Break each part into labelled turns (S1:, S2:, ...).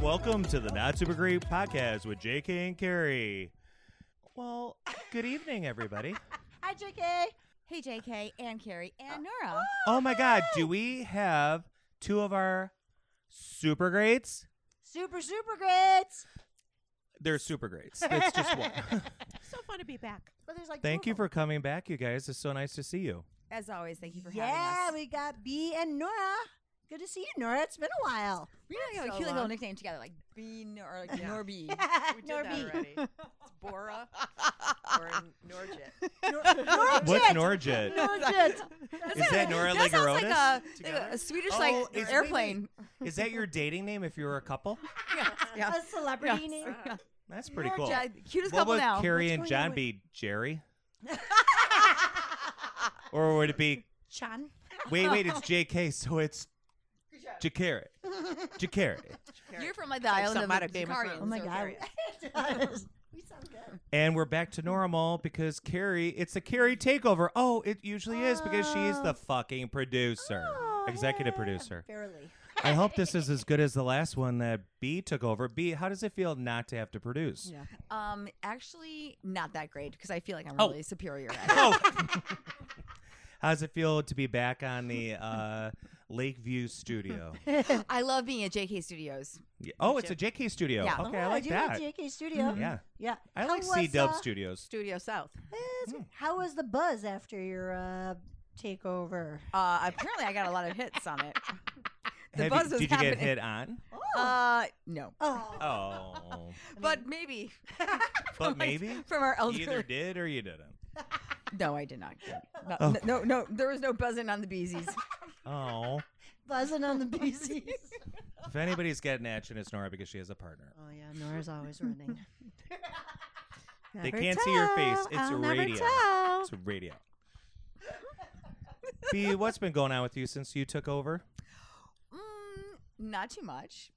S1: Welcome to the Not Super Great Podcast with JK and Carrie. Well, good evening, everybody.
S2: Hi, JK.
S3: Hey, JK and Carrie and Nora.
S1: Oh my God, do we have two of our super greats?
S2: Super, super grits.
S1: They're super greats. It's just one.
S4: So fun to be back.
S2: But there's like
S1: Thank
S2: two
S1: you
S2: of 'em.
S1: for coming back, you guys. It's so nice to see you.
S3: As always, thank you for
S2: Yeah,
S3: having us.
S2: we got B and Nora. Good to see you, Nora. It's been a while.
S3: We really have
S4: so
S3: a cute little
S4: long.
S3: nickname together, like Bean or like
S4: Yeah.
S3: Norby.
S4: We did that
S2: Norby.
S4: already. It's Bora or Norjit.
S2: Nor- Norjit.
S1: What's Norjit?
S2: Norjit.
S3: That's
S1: Is
S3: not-
S1: that Nora
S3: that sounds
S1: Ligorodis
S3: like a-
S1: together?
S3: a, a Swedish
S1: Oh,
S3: like
S1: it's- wait, wait.
S3: airplane.
S1: Is that your dating name if you're a couple?
S3: Yeah.
S2: A celebrity name.
S1: That's pretty cool.
S3: Yeah, cutest
S1: What
S3: couple
S1: would
S3: now.
S1: Carrie
S2: What's
S1: and
S2: going
S1: John
S2: on?
S1: be? Jerry? or would it be
S2: Chan.
S1: Wait, wait, it's JK, so it's Jacarrot. Jacarrot.
S3: You're from like the island of
S4: something out
S3: the
S4: of Game of
S3: Sicarians.
S4: Thrones.
S2: Oh my
S3: so
S2: God.
S3: Carrie-
S2: we sound good.
S1: And we're back to normal because Carrie, it's a Carrie takeover. Oh, it usually is because she is the fucking producer, executive
S2: Oh. yeah.
S1: producer.
S2: Barely.
S1: I hope this is as good as the last one that B took over. B, how does it feel not to have to produce?
S2: Yeah.
S3: Um, actually, not that great because I feel like I'm
S1: Oh.
S3: really superior. At it.
S1: Oh. how does it feel to be back on the uh, Lakeview studio?
S3: I love being at JK Studios.
S1: Yeah. Oh, it's a JK studio.
S3: Yeah.
S1: Okay, I
S2: Oh,
S1: like
S2: you like
S1: that. Mm,
S2: JK Studio.
S1: Yeah.
S2: Yeah.
S1: I
S2: How
S1: like
S2: was,
S1: C Dub Hmm.
S2: uh,
S1: Studios.
S4: Studio South.
S2: eh, it's good. How was the buzz after your uh, takeover?
S3: Uh, apparently, I got a lot of hits on it. The
S1: Have you-
S3: buzz
S1: did
S3: was
S1: you
S3: happening.
S1: get hit on?
S3: Uh, no,
S2: Oh.
S1: Oh.
S3: but maybe
S1: but maybe?
S3: from our
S1: You either
S3: elder.
S1: did or you didn't.
S3: No, I did not. No,
S1: Oh.
S3: no, no, there was no buzzing on the beesies.
S1: Oh.
S2: Buzzing on the BZs.
S1: If anybody's getting action, it's Nora because she has a partner.
S2: oh, yeah. Nora's always running.
S1: They
S2: Never
S1: can't see your face.
S2: tell.
S1: It's
S2: I'll never
S1: radio.
S2: tell.
S1: It's radio. B, what's been going on with you since you took over?
S3: Mm, not too much.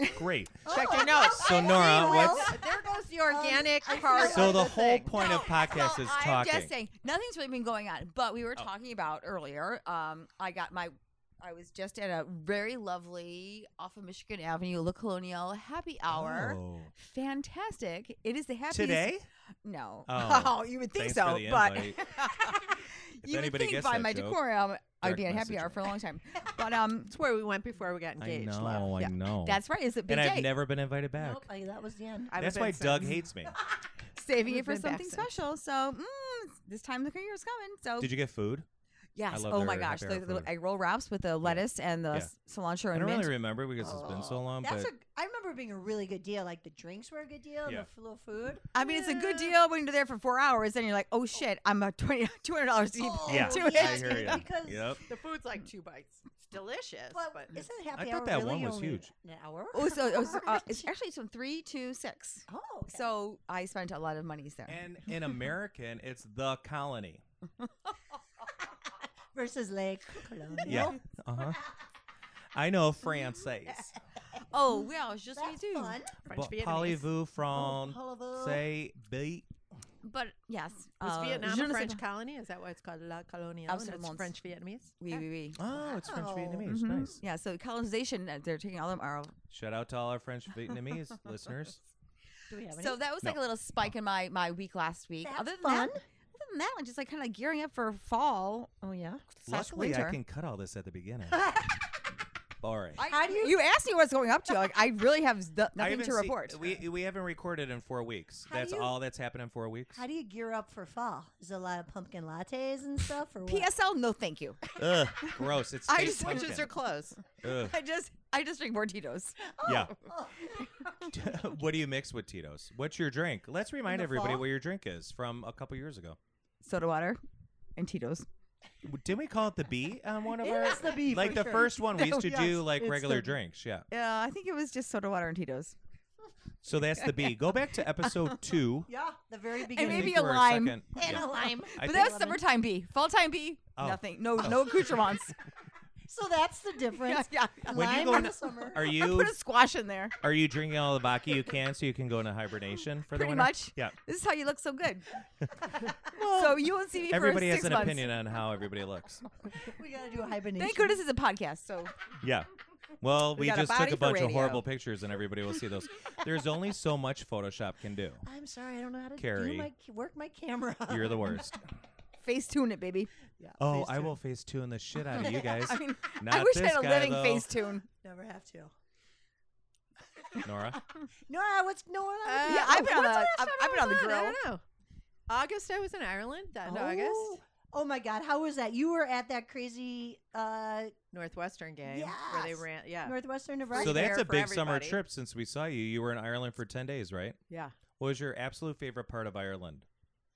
S3: Oh.
S1: Great.
S4: Check your notes.
S1: So Nora, what's
S4: There goes the organic
S3: Um,
S2: I feel
S4: part.
S2: like-
S1: so
S4: of
S1: the whole
S4: thing.
S1: point of podcast
S3: So
S1: is
S3: I'm
S1: talking. Oh.
S3: just saying nothing's really been going on. But we were talking about earlier. Um, I got my. I was just at a very lovely off of Michigan Avenue, La Colonial happy hour.
S1: Oh.
S3: Fantastic! It is the happiest
S1: Today?
S3: No,
S1: Oh.
S3: you would think
S1: Thanks
S3: so,
S1: for the
S3: but
S1: invite.
S3: you would
S1: anybody
S3: think
S1: gets
S3: by
S1: that
S3: my
S1: joke,
S3: decorum, I'd
S1: direct
S3: be at happy
S1: message
S3: hour
S1: them.
S3: for a long time. But um,
S4: It's where we went before we got
S1: I
S4: engaged. love.
S1: know, I
S4: Yeah.
S1: know.
S3: that's right. It's a big
S1: and
S3: day.
S1: I've never been invited back.
S2: Nope, I, that was the end.
S4: I haven't
S1: That's
S4: been
S1: why Doug
S4: since.
S1: hates me.
S3: saving it
S4: We've
S3: for
S4: been back
S3: something
S4: since.
S3: special. So mm, this time the year is coming. So
S1: Did you get food?
S3: yes,
S1: love
S3: oh my
S1: their
S3: gosh,
S1: happy
S3: the,
S1: hour
S3: the
S1: food.
S3: egg roll wraps with the lettuce and the
S1: Yeah.
S3: s-
S1: I
S3: cilantro and
S1: don't
S3: mint.
S1: really remember because it's been so long,
S2: That's
S1: but
S2: a. I remember it being a really good deal. Like the drinks were a good deal, and
S1: Yeah.
S2: the f- little food.
S3: I mean, it's a good deal when you're there for four hours. Then you're like, oh shit, I'm a twenty two hundred dollars deep.
S2: Oh,
S1: yeah,
S3: to
S2: yeah.
S1: I
S3: it.
S1: hear you.
S2: Because-
S1: Yep.
S4: The food's like two bites. It's delicious,
S2: But,
S4: but
S2: isn't happy
S1: thought
S2: hour
S1: that
S2: really
S1: one was
S2: only
S1: huge.
S2: An hour.
S3: Oh, so it was, uh, it's actually it's from three to six.
S2: oh, okay.
S3: So I spent a lot of monies there.
S1: And in American, it's the colony.
S2: versus Lake Colonial.
S1: Yeah. Uh huh. I know Francaise.
S3: oh well, it's just me
S2: That's
S3: too.
S2: fun.
S4: French
S1: But
S4: Vietnamese.
S1: Parlez-vous
S2: Oh,
S1: from
S2: Colorado.
S1: say beat?
S3: But yes,
S4: Was
S3: uh,
S4: Vietnam
S3: je
S4: a
S3: ne sais
S4: French
S3: pas-
S4: colony? Is that why it's called La Colonia?
S3: Absolument.
S4: It's French Vietnamese.
S3: Oui, oui, oui.
S1: Oh, it's French
S2: Wow.
S1: Vietnamese.
S3: Mhm.
S1: Nice.
S3: Yeah, so colonization, uh, they're taking all them our
S1: Shout out to all our French Vietnamese listeners.
S2: Do we have any?
S3: So that was like
S1: No.
S3: a little spike in my my week last week.
S2: That's
S3: other than
S2: fun.
S3: that, other than that, like just like kind of gearing up for fall.
S4: Oh yeah.
S3: slash
S1: Luckily,
S3: winter.
S1: I can cut all this at the beginning. Boring.
S3: I-
S2: How do you-
S3: You asked me what's going up to. Like I really have z-
S1: I
S3: nothing
S1: haven't
S3: to
S1: seen-
S3: report.
S1: we we haven't recorded in four weeks.
S2: How do
S1: that's
S2: you-
S1: all that's happened in four weeks.
S2: How do you gear up for fall? Is there a lot of pumpkin lattes and stuff? Or what?
S3: PSL, no, thank you.
S1: Ugh, gross. It's
S3: I
S1: tastes
S3: just-
S4: Switches
S1: pumpkin.
S4: are closed.
S1: Ugh.
S3: I just I just drink more Tito's.
S1: Yeah.
S2: Oh,
S1: what do you mix with Tito's? What's your drink? Let's remind
S2: the
S1: everybody
S2: fall?
S1: what your drink is from a couple years ago.
S3: soda water, and Tito's.
S1: W- Didn't we call it the B on one of
S2: It
S1: our?
S2: is the B,
S1: Like
S2: for
S1: the
S2: sure.
S1: first one, we used to
S2: Yes,
S1: do like
S2: it's
S1: regular
S2: the-
S1: drinks. Yeah.
S3: Yeah, I think it was just soda water and Tito's,
S1: So that's the B. Go back to episode two.
S2: yeah, the very
S1: I
S2: beginning.
S3: and maybe
S1: think
S3: a
S1: we're our
S3: lime
S1: second-
S3: and
S1: yeah.
S3: a lime.
S1: I
S3: but
S1: think-
S3: that was summertime B, fall time B.
S1: Oh.
S3: Nothing. No no accoutrements.
S2: So that's the difference.
S3: yeah,
S2: Lime
S1: When you go
S2: in
S1: in-
S2: the summer.
S1: Are
S3: I
S1: you
S3: put a squash in there.
S1: are you drinking all the vodka you can so you can go into hibernation for the
S3: Pretty
S1: winter?
S3: much.
S1: Yeah.
S3: This is how you look so good. so you won't see me
S1: Everybody
S3: for
S1: has
S3: six
S1: an
S3: months.
S1: opinion on how everybody looks.
S2: we gotta do a hibernation.
S3: Thank goodness it's a podcast. So
S1: Yeah. Well,
S4: We
S1: we,
S4: got a
S1: just took
S4: body
S1: a
S4: for
S1: bunch of
S4: radio.
S1: horrible pictures, and everybody will see those. There's only so much Photoshop can do.
S2: I'm sorry, I don't know how to
S1: Carrie,
S2: do my work my camera.
S1: You're the worst.
S3: Face tune it, baby.
S2: yeah,
S1: Oh,
S2: face
S1: I
S2: tune.
S1: will face tune the shit out of you guys.
S3: I mean, I
S1: Not
S3: wish I
S1: this
S3: had a
S1: guy,
S3: living
S1: though.
S3: face tune.
S2: never have to.
S1: Nora.
S2: Nora, what's going on? with
S4: Uh,
S2: you?
S3: yeah, I've been on
S4: what's
S3: the-
S4: last
S3: I've-
S4: time
S3: I've
S4: I
S3: been on
S4: was
S3: the
S4: I
S3: grill.
S4: don't know. August, I was in Ireland. That in August,
S2: Oh my God, how was that? You were at that crazy uh,
S4: Northwestern game where they
S2: Yes.
S4: ran. Yeah,
S2: Northwestern Nebraska.
S1: So
S4: that-
S1: that's
S4: there
S1: a
S4: for
S1: big summer
S4: everybody.
S1: trip since we saw you. You were in Ireland for 10 days, right?
S4: yeah.
S1: What was your absolute favorite part of Ireland?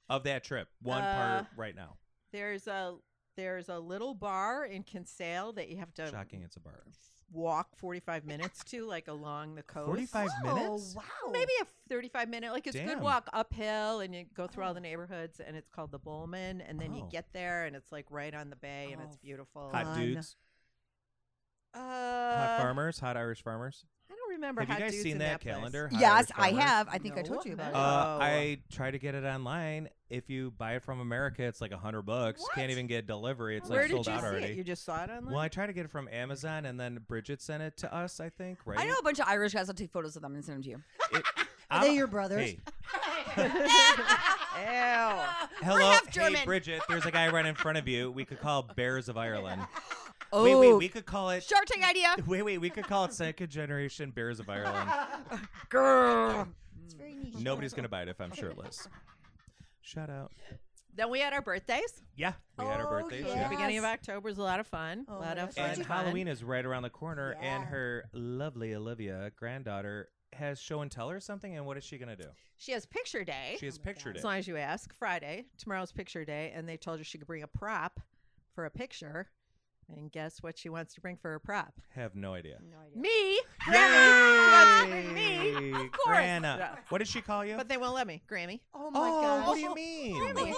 S1: Of that trip, one
S4: Uh,
S1: part right now.
S4: There's a there's a little bar in Kinsale that you have to
S1: Shocking, it's a bar.
S4: walk 45 minutes to, like along the coast.
S1: 45
S2: oh,
S1: minutes?
S2: Wow.
S4: Maybe a 35 minute, like it's a
S1: Damn.
S4: good walk uphill and you go through all the
S2: Oh.
S4: neighborhoods and it's called the Bowman. And then you
S1: Oh.
S4: get there and it's like right on the bay and it's
S2: Oh,
S4: beautiful.
S1: Hot
S2: Fun.
S1: dudes,
S4: Uh,
S1: hot
S4: I
S1: farmers, hot Irish farmers.
S4: don't remember
S1: Have you
S4: hot
S1: guys
S4: dudes
S1: seen
S4: in
S1: that,
S4: place.
S1: calendar? Hot
S3: Yes, I
S1: Irish Farmers?
S3: have. I think I
S4: No,
S3: told you
S4: no.
S3: about it.
S1: Uh,
S4: Oh.
S1: I try to get it online. If you buy it from America, it's like a hundred bucks. Can't
S3: What?
S1: even get delivery. It's
S4: Where
S1: like
S4: did you
S1: sold
S4: see
S1: out already.
S4: it? You just saw it online?
S1: Well, I try to get it from Amazon, and then Bridget sent it to us. I think, Uh, right?
S3: I know a bunch of Irish guys. I'll take photos of them and send them to you.
S2: Are
S1: I'm-
S2: they your brothers?
S1: Hey,
S4: Ew.
S1: hello,
S3: We're half German.
S1: hey Bridget. There's a guy right in front of you. We could call Bears of Ireland.
S3: oh,
S1: Wait, wait, we could call it.
S3: Shark Tank idea.
S1: Wait, wait, we could call it Second Generation Bears of Ireland.
S3: Grr.
S2: It's very niche.
S1: Nobody's gonna buy it if I'm shirtless. Shout out.
S4: Then we had our birthdays.
S1: Yeah, we had our
S2: Oh,
S1: birthdays.
S2: yeah.
S1: yeah.
S4: Beginning of
S2: Yes.
S4: October is a lot of fun. A
S2: Oh
S4: lot
S2: my gosh,
S4: of fun.
S1: And
S2: Fun.
S1: Halloween is right around the corner, and
S2: Yeah.
S1: her lovely Olivia granddaughter has show and tell or something. And what is she gonna do?
S4: She has picture day.
S1: She has pictured
S4: as
S1: it.
S4: long as you ask. Friday, tomorrow's picture day, and they told her she could bring a prop for a picture. And guess what she wants to bring for her prop?
S1: Have no idea.
S2: No idea.
S4: Me.
S1: Yay!
S4: me,
S3: of course.
S1: Grana.
S4: Yeah.
S1: What did she call you?
S4: But they won't let me, Grammy.
S2: Oh my
S1: oh,
S2: gosh.
S1: what do you mean?
S2: Really?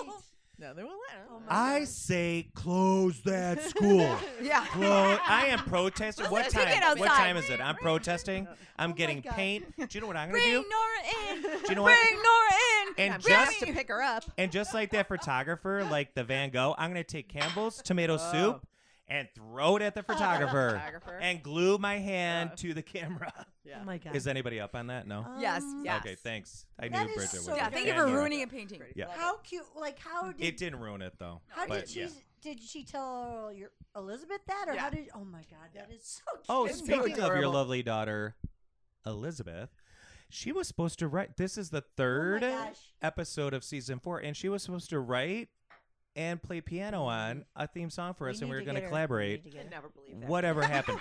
S4: No, they won't let her.
S2: Oh my
S1: I say close that school.
S3: Yeah.
S1: Close. I am protesting. What
S3: Let's take
S1: time?
S3: it
S1: What
S3: outside.
S1: time is it? I'm protesting. I'm
S2: my
S1: getting
S2: God.
S1: paint. Do you know what I'm gonna
S3: Bring
S1: do?
S3: Nora in.
S1: Do you know
S3: Bring
S1: what?
S3: Nora in.
S1: And
S4: I'm gonna have
S1: just
S4: to pick her up.
S1: and just like that photographer, like the Van Gogh, I'm gonna take Campbell's tomato
S4: Oh.
S1: soup and throw it at the photographer
S4: Photographer.
S1: and glue my hand
S4: Yeah.
S1: to the camera.
S4: yeah.
S2: Oh my god.
S1: Is anybody up on that? No.
S3: Yes,
S2: Um,
S3: yeah.
S1: Okay, thanks. I
S2: That
S1: knew
S2: is
S1: Bridget
S2: so
S1: was.
S3: yeah,
S1: a
S2: good.
S3: thank you
S1: fan
S3: for
S1: of-
S3: ruining a painting.
S4: Pretty.
S1: Yeah.
S4: Love it.
S2: How cute! Like how did
S1: It didn't ruin it though.
S2: how did
S1: but,
S2: she
S1: yeah.
S2: did she tell your Elizabeth that or
S4: Yeah.
S2: how did? Oh my god, that is so cute.
S1: Oh,
S4: It's so
S1: speaking of your
S4: adorable.
S1: lovely daughter, Elizabeth, she was supposed to write. This is the third
S2: gosh.
S1: episode of season four, and she was supposed to write and play piano on a theme song for us, and Mm-hmm. we were going to collaborate.
S4: Could never believe that.
S1: Whatever happened?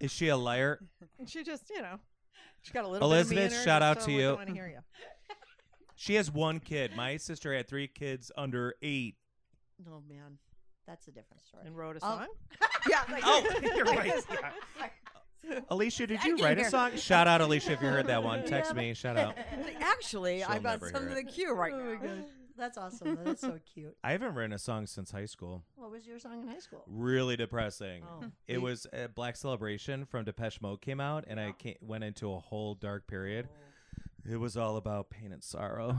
S1: Is she a liar?
S4: She just, you know, she got a little.
S1: Elizabeth,
S4: bit of me in her,
S1: shout
S4: just
S1: out
S4: so
S1: to
S4: I wouldn't
S1: you.
S4: wanna hear you.
S1: She has one kid. My sister had three kids under eight.
S4: Oh man,
S2: That's a different story.
S4: and wrote a
S3: Oh.
S4: song.
S3: yeah. Like,
S1: Oh, you're right. Yeah. Alicia, did you write a song? Shout out, Alicia, if you heard that one. Text me. Shout out.
S3: Actually,
S1: She'll
S3: I've got
S1: never hear
S3: something
S1: it.
S3: in the queue
S4: Oh
S3: right
S2: Oh
S3: now.
S2: That's awesome. though. That's so cute.
S1: I haven't written a song since high school.
S2: What was your song in high school?
S1: Really depressing.
S4: Oh.
S1: It was uh, Black Celebration from Depeche Mode came out, and I ca went into a whole dark period.
S2: Oh.
S1: It was all about pain and sorrow.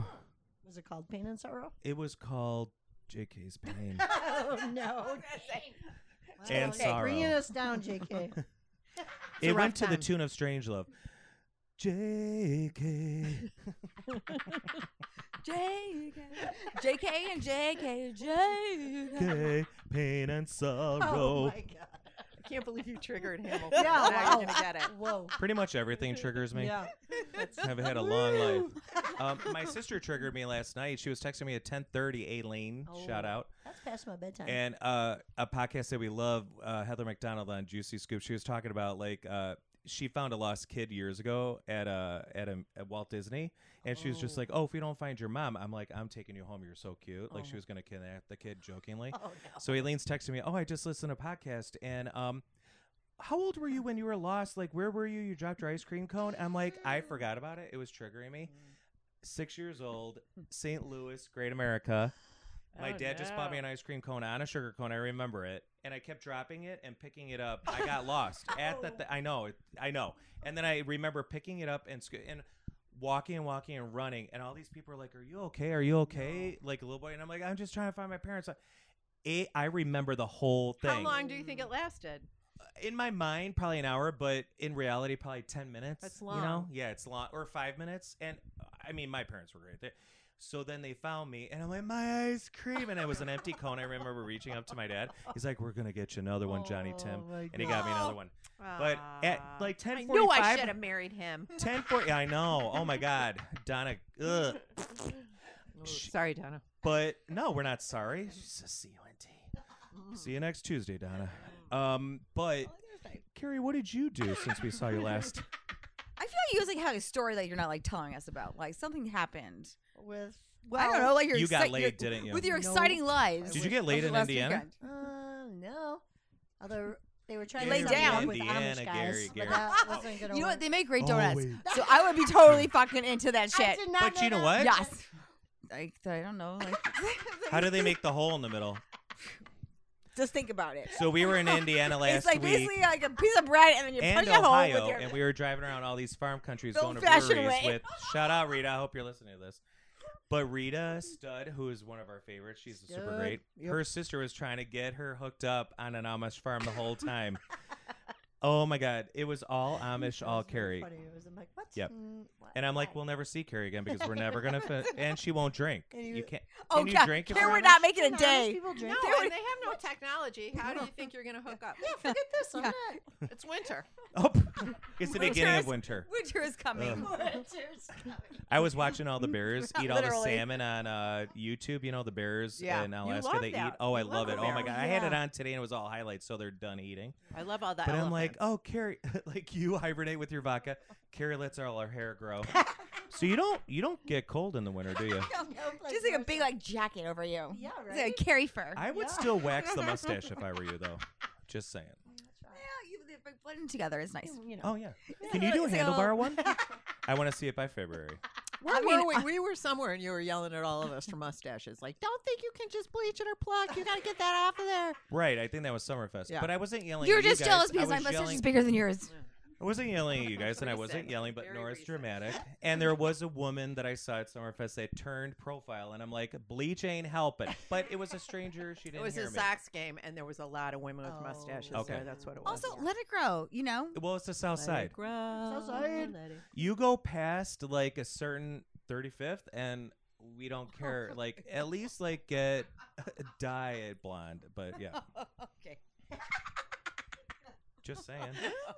S2: Was it called Pain and Sorrow?
S1: It was called JK's Pain.
S2: oh no.
S1: And
S2: Okay, Bringing
S1: sorrow.
S2: us down, JK.
S4: a
S1: it
S4: rough
S1: went to the
S4: time.
S1: tune of Strange Love. JK.
S3: JK. JK and JK. JK.
S1: JK, pain and
S2: oh
S1: sorrow.
S2: my god.
S4: I can't believe you triggered Hamilton.
S2: Yeah,
S4: now
S2: wow.
S4: you're gonna get it.
S2: Whoa.
S1: Pretty much everything triggers me.
S2: Yeah.
S1: I've had a long life. Um, my sister triggered me last night. She was texting me at 10:30. Aileen, shout
S2: Oh.
S1: out.
S2: That's past my bedtime.
S1: and uh, a podcast that we love, uh, Heather McDonald on Juicy Scoop. She was talking about like uh, she found a lost kid years ago at uh, at, a, at Walt Disney, and she was just
S4: Oh.
S1: like, "Oh, if we don't find your mom, I'm like, I'm taking you home. You're so cute." Like she
S4: Oh.
S1: was gonna kidnap the kid jokingly.
S2: oh no.
S1: So Aileen's texting me, "Oh, I just listened to a podcast, and um." How old were you when you were lost? Like, where were you? You dropped your ice cream cone. I'm like, I forgot about it. It was triggering me. Six years old, St. Louis, Great America. My
S4: Oh,
S1: dad just bought me an
S4: no.
S1: ice cream cone on a sugar cone. I remember it, and I kept dropping it and picking it up. I got lost at
S4: Oh.
S1: the. Th- I know, it, I know. And then I remember picking it up and sc- and walking and walking and running, and all these people are like, "Are you okay? Are you okay?" Like a little boy, and I'm like, "I'm just trying to find my parents." It, I remember the whole thing.
S4: How long do you think it lasted?
S1: in my mind probably an hour, but in reality probably ten minutes.
S4: That's
S1: You know?
S4: long.
S1: Yeah, it's long or five minutes. And I mean, my parents were great. They, so then they found me, and I'm like, my ice cream, and it was an empty cone. I remember reaching up to my dad. He's like, "We're gonna get you another one, Johnny Tim,"
S4: Oh
S1: and he got me another
S3: No.
S1: one. But at
S4: Aw.
S1: like
S4: I knew I
S1: 10:45
S4: should have married him.
S1: 10:40. I know. Oh my God, Donna. Ugh. Sh-
S4: Sorry, Donna.
S1: But no, we're not sorry. It's just C-U-N-T.
S2: Mm.
S1: See you next Tuesday, Donna. Um, but
S2: Oh,
S1: Carrie, what did you do since we saw you last?
S3: I feel like you was like having a story that you're not like telling us about. Like something happened.
S2: with
S3: I don't know. Like your
S1: You got
S3: excite-
S1: laid,
S3: your-
S1: didn't you?
S3: With your
S2: No.
S3: exciting lives.
S1: Did you
S3: with-
S1: get laid
S3: of the
S1: in
S3: last
S1: Indiana?
S3: weekend.
S2: Uh, no. Although they were trying
S3: Lay
S2: to something
S3: down.
S2: with
S1: Indiana,
S2: Amish guys,
S1: Gary, Gary.
S2: but that wasn't gonna
S3: You know
S2: work.
S3: what? They make great donuts. So I would be totally fucking into that
S2: I
S3: shit.
S2: did not
S1: But you know
S2: that.
S1: what?
S3: Yes. Like I don't know. Like
S1: How do they make the hole in the middle?
S3: just think about it.
S1: So we were in Indiana
S3: It's
S1: last
S3: like
S1: week
S3: basically like a piece of bread and then you
S1: and
S3: punch it home with
S1: Ohio,
S3: your
S1: and we were driving around all these farm countries,
S3: The
S1: going to breweries
S3: old-fashioned way.
S1: with. Shout out Rita. I hope you're listening to this. But Rita Stud, who is one of our favorites, she's super
S2: Stud,
S1: great.
S2: yep.
S1: Her sister was trying to get her hooked up on an Amish farm the whole time. oh my God, it was all Amish,
S2: That
S1: all
S2: was really
S1: Carrie.
S2: funny. It was- I'm like, what?
S1: Yep.
S2: Mm, what?
S1: And I'm like,
S2: Why?
S1: we'll never see Carrie again because we're never gonna. Fin- and she won't drink.
S2: And
S1: You
S2: you-
S1: can't.
S3: Oh
S1: Can you
S3: god,
S1: drink if
S3: here
S1: you're
S3: we're
S1: Amish?
S3: not making a
S2: Amish
S3: day.
S2: People
S4: No,
S2: drink.
S3: They
S4: and
S3: would-
S4: they have no technology. How do you think you're gonna hook up?
S2: Look at this. I'm
S3: Yeah.
S2: not.
S4: It's winter.
S1: Oh, it's the beginning of winter.
S3: Winter is coming.
S1: I was watching all the bears eat all the
S3: Literally.
S1: salmon on uh, YouTube. You know the bears
S4: Yeah.
S1: in
S4: You
S1: Alaska.
S4: love
S1: They eat.
S4: that.
S1: Oh, I
S4: You
S1: love
S4: love
S1: it.
S4: the
S1: Oh my
S4: bears.
S1: god, I had it
S2: Yeah.
S1: on today and it was all highlights, so they're done eating.
S4: I love all that.
S1: But I'm like, oh, Carrie, like you hibernate with your vodka. Carrie lets all our hair grow. so you don't you don't get cold in the winter, do you?
S3: Just like a big like jacket over you.
S2: Yeah,
S3: It's like
S2: right?
S3: a carry fur.
S1: I would
S2: Yeah.
S1: still wax the mustache if I were you, though. Just saying.
S3: yeah, you they like, blend them together. It's nice.
S2: You know.
S1: Oh yeah. Can you do a
S3: It's like a
S1: handlebar one? I want to see it by February.
S4: Where
S3: I mean,
S4: were we?
S3: I-
S4: we were somewhere, and you were yelling at all of us for mustaches. Like, don't think you can just bleach it or pluck. You gotta get that off of there.
S1: Right. I think that was Summerfest,
S4: Yeah.
S1: but I wasn't yelling.
S3: You're
S1: at you
S3: just
S1: guys.
S3: jealous
S1: I
S3: because my
S1: was
S3: mustache
S1: yelling-
S3: is bigger than yours.
S1: I wasn't yelling at you guys, and I wasn't
S4: Recent.
S1: yelling, but
S4: Very
S1: Nora's
S4: recent.
S1: dramatic. And there was a woman that I saw at Summerfest that turned profile, and I'm like, bleach ain't helping. But it was a stranger. She didn't
S4: It was
S1: hear
S4: a
S1: me.
S4: Sox game, and there was a lot of women with
S2: Oh.
S4: mustaches.
S1: Okay.
S4: there. that's what it was.
S3: Also, let it grow. You know,
S1: Well, it's the South
S4: Let it
S1: Side.
S4: grow,
S2: Southside.
S4: let it-
S1: You go past like a certain 35th, and we
S3: Oh,
S1: don't care. Like at least like get dye it blonde. But yeah,
S4: okay.
S1: just saying.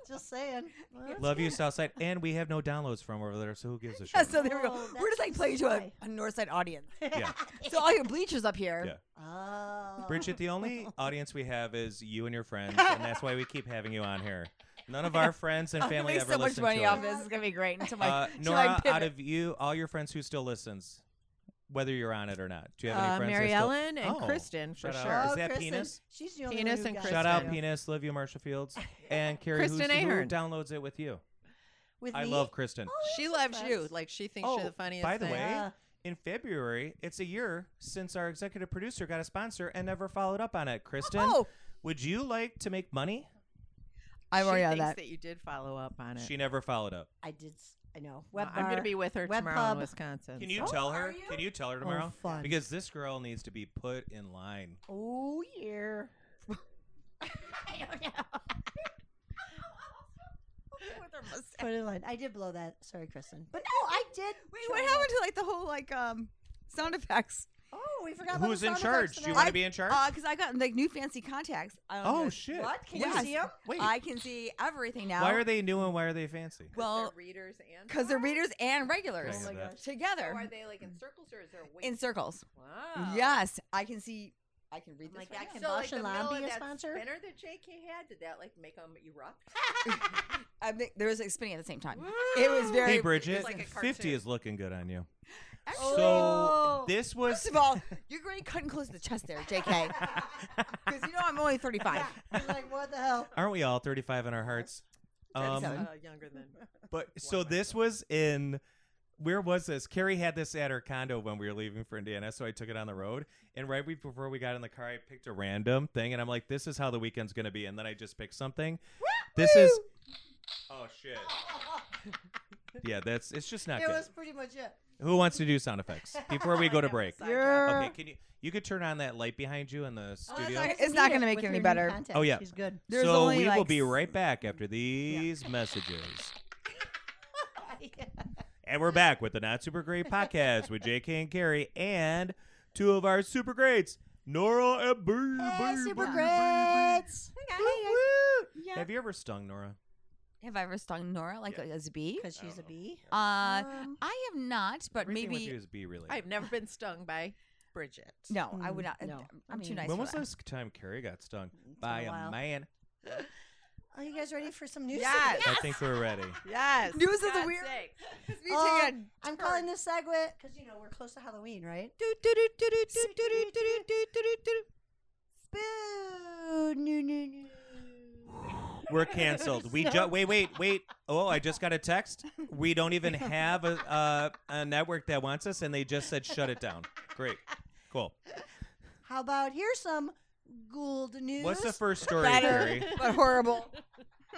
S2: Just saying. Well, that's
S1: Love you,
S2: good.
S1: South Side. And we have no downloads from over there, so who gives a
S3: Yeah,
S1: shit?
S3: so there we go.
S2: Oh,
S3: We're just
S2: that's
S3: like playing to a,
S2: why.
S3: a Northside audience.
S1: Yeah.
S3: So all your bleachers up here.
S1: Yeah.
S2: Oh.
S1: Bridget, the only audience we have is you and your friends, and that's why we keep having you on here. None of our friends and
S3: I'm gonna
S1: family
S3: make
S1: ever
S3: so much
S1: listen
S3: money
S1: to
S3: off
S1: us.
S3: this. It's gonna be great until my
S1: Uh,
S3: till I
S1: Nora,
S3: pivot.
S1: out of you, all your friends who still listens, whether you're on it or not, do you have any
S4: Uh,
S1: friends?
S4: Mary
S1: that still-
S4: Ellen and
S1: Oh,
S4: Kristen for
S1: shout out.
S4: sure.
S1: Is
S2: Oh,
S1: that
S2: Kristen.
S1: penis?
S2: She's the only
S4: Penis
S2: one who
S4: and
S2: got
S1: Shout
S2: it.
S1: out,
S4: Kristen.
S1: penis. Love you, Marshall Fields, and Carrie.
S4: Kristen
S1: who's, who
S4: Ahern.
S1: downloads it with you?
S2: With
S1: I
S2: me?
S1: love Kristen.
S2: Oh,
S4: She
S2: that's
S4: loves
S2: nice.
S4: you. Like she thinks
S1: Oh,
S4: you're the funniest.
S1: by the
S4: thing.
S1: way,
S2: Yeah.
S1: In February, it's a year since our executive producer got a sponsor and never followed up on it. Kristen,
S3: oh,
S1: would you like to make money?
S3: I'm
S4: she
S3: already on
S4: thinks
S3: that.
S4: you did follow up on it.
S1: She never followed up.
S2: I did. s- I know.
S4: Well,
S2: Web
S4: I'm going to
S2: bar.
S4: be with her
S2: web
S4: tomorrow
S2: pub.
S4: in Wisconsin.
S1: Can you
S4: so-
S1: tell
S3: are
S1: her?
S3: you?
S1: Can you tell her
S2: Oh,
S1: tomorrow?
S2: fun.
S1: Because this girl needs to be put in line.
S2: Oh yeah.
S3: I don't know. With her mustache.
S2: Put it in line. I did blow that. Sorry, Kristen. But
S3: Oh,
S2: no, I did.
S3: Wait,
S2: try
S3: what
S2: that.
S3: happened to like the whole like um sound effects?
S2: Oh, we forgot. about
S1: Who's
S2: the
S1: in
S2: sound
S1: charge?
S2: effects
S1: Do you
S2: and
S1: want
S2: everything.
S1: to be in charge?
S3: Uh, because I got like new fancy contacts. I don't
S1: oh
S3: know.
S1: shit!
S2: What? Can
S3: Yes.
S2: you see him?
S1: Wait,
S3: I can see everything now.
S1: why are they new and why are they fancy?
S3: Well,
S4: readers and
S3: because they're readers and
S1: Hang
S3: regulars
S1: on
S2: my
S1: that.
S2: gosh.
S3: together
S4: they like in circles or is there a
S3: in circles.
S4: Wow.
S3: Yes, I can see. I can read
S5: I'm
S3: this.
S5: like
S3: right
S5: that
S3: now.
S5: can so, like,
S2: Combustion
S5: the
S2: Lab
S5: middle
S2: be
S5: of
S2: a
S5: that
S2: sponsor?
S5: spinner that JK had did that like make them erupt?
S3: I think there was like spinning at the same time. It was very.
S1: Hey Bridget,
S5: like a
S1: fifty
S5: cartoon.
S1: is looking good on you.
S3: Actually,
S1: So this
S3: Oh, first
S1: was
S3: of all, you're really cutting close to the chest there, JK. Because you know I'm only 35.
S2: He's like, what the hell?
S1: Aren't we all thirty-five in our hearts? Um,
S3: Thirty-seven.
S4: Uh, younger than.
S1: but so
S4: am I?
S1: this was in. Where was this? Carrie had this at her condo when we were leaving for Indiana, so I took it on the road. And right be- before we got in the car, I picked a random thing, and I'm like, "This is how the weekend's gonna be." And then I just picked something. This is. Oh shit! Yeah, that's it's just not
S2: It
S1: good.
S2: was pretty much it.
S1: Who wants to do sound effects before we go to break?
S4: Side job.
S2: You're-
S1: Okay, can you you could turn on that light behind you in the studio?
S3: Oh, sorry. It's not gonna make it any better.
S1: Oh, yeah.
S2: she's good.
S3: There's
S1: so
S3: only,
S1: we will
S3: like,
S1: be
S3: s-
S1: right back after these messages. And we're back with the Not Super Great podcast with JK and Carrie and two of our super greats, Nora and Boo.
S2: Hey,
S1: Boo,
S2: super
S1: Boo, Boo, Boo.
S2: greats.
S1: Woo, woo.
S3: Yeah.
S1: Have you ever stung Nora?
S3: Have I ever stung Nora like
S1: Yeah.
S3: as a bee?
S2: Because she's a
S1: Oh.
S2: bee.
S3: Uh,
S2: Um,
S3: I have not, but
S1: Everything with you
S3: maybe
S1: is bee related.
S4: I've never been stung by Bridget.
S3: no. I would
S2: Mm,
S3: not.
S2: no. I
S3: I'm too
S2: mean-
S3: nice.
S1: when
S3: for
S1: was
S3: that.
S1: the last time Carrie got stung
S2: been
S1: by
S2: a
S1: a
S2: while.
S1: man?
S2: Are you guys ready for some news?
S4: Yes.
S1: I think we're ready.
S4: Yes.
S3: News of the
S5: God's
S3: weird.
S5: sake.
S2: Uh, I'm calling this segue because you know we're close to Halloween, right? Boo! No, no, no.
S1: We're canceled. We ju- wait, wait, wait. Oh, I just got a text. We don't even have a, uh, a network that wants us, and they just said shut it down. Great, cool.
S2: How about here's some Gould news?
S1: What's the first story,
S3: Better,
S1: Carrie?
S3: but horrible.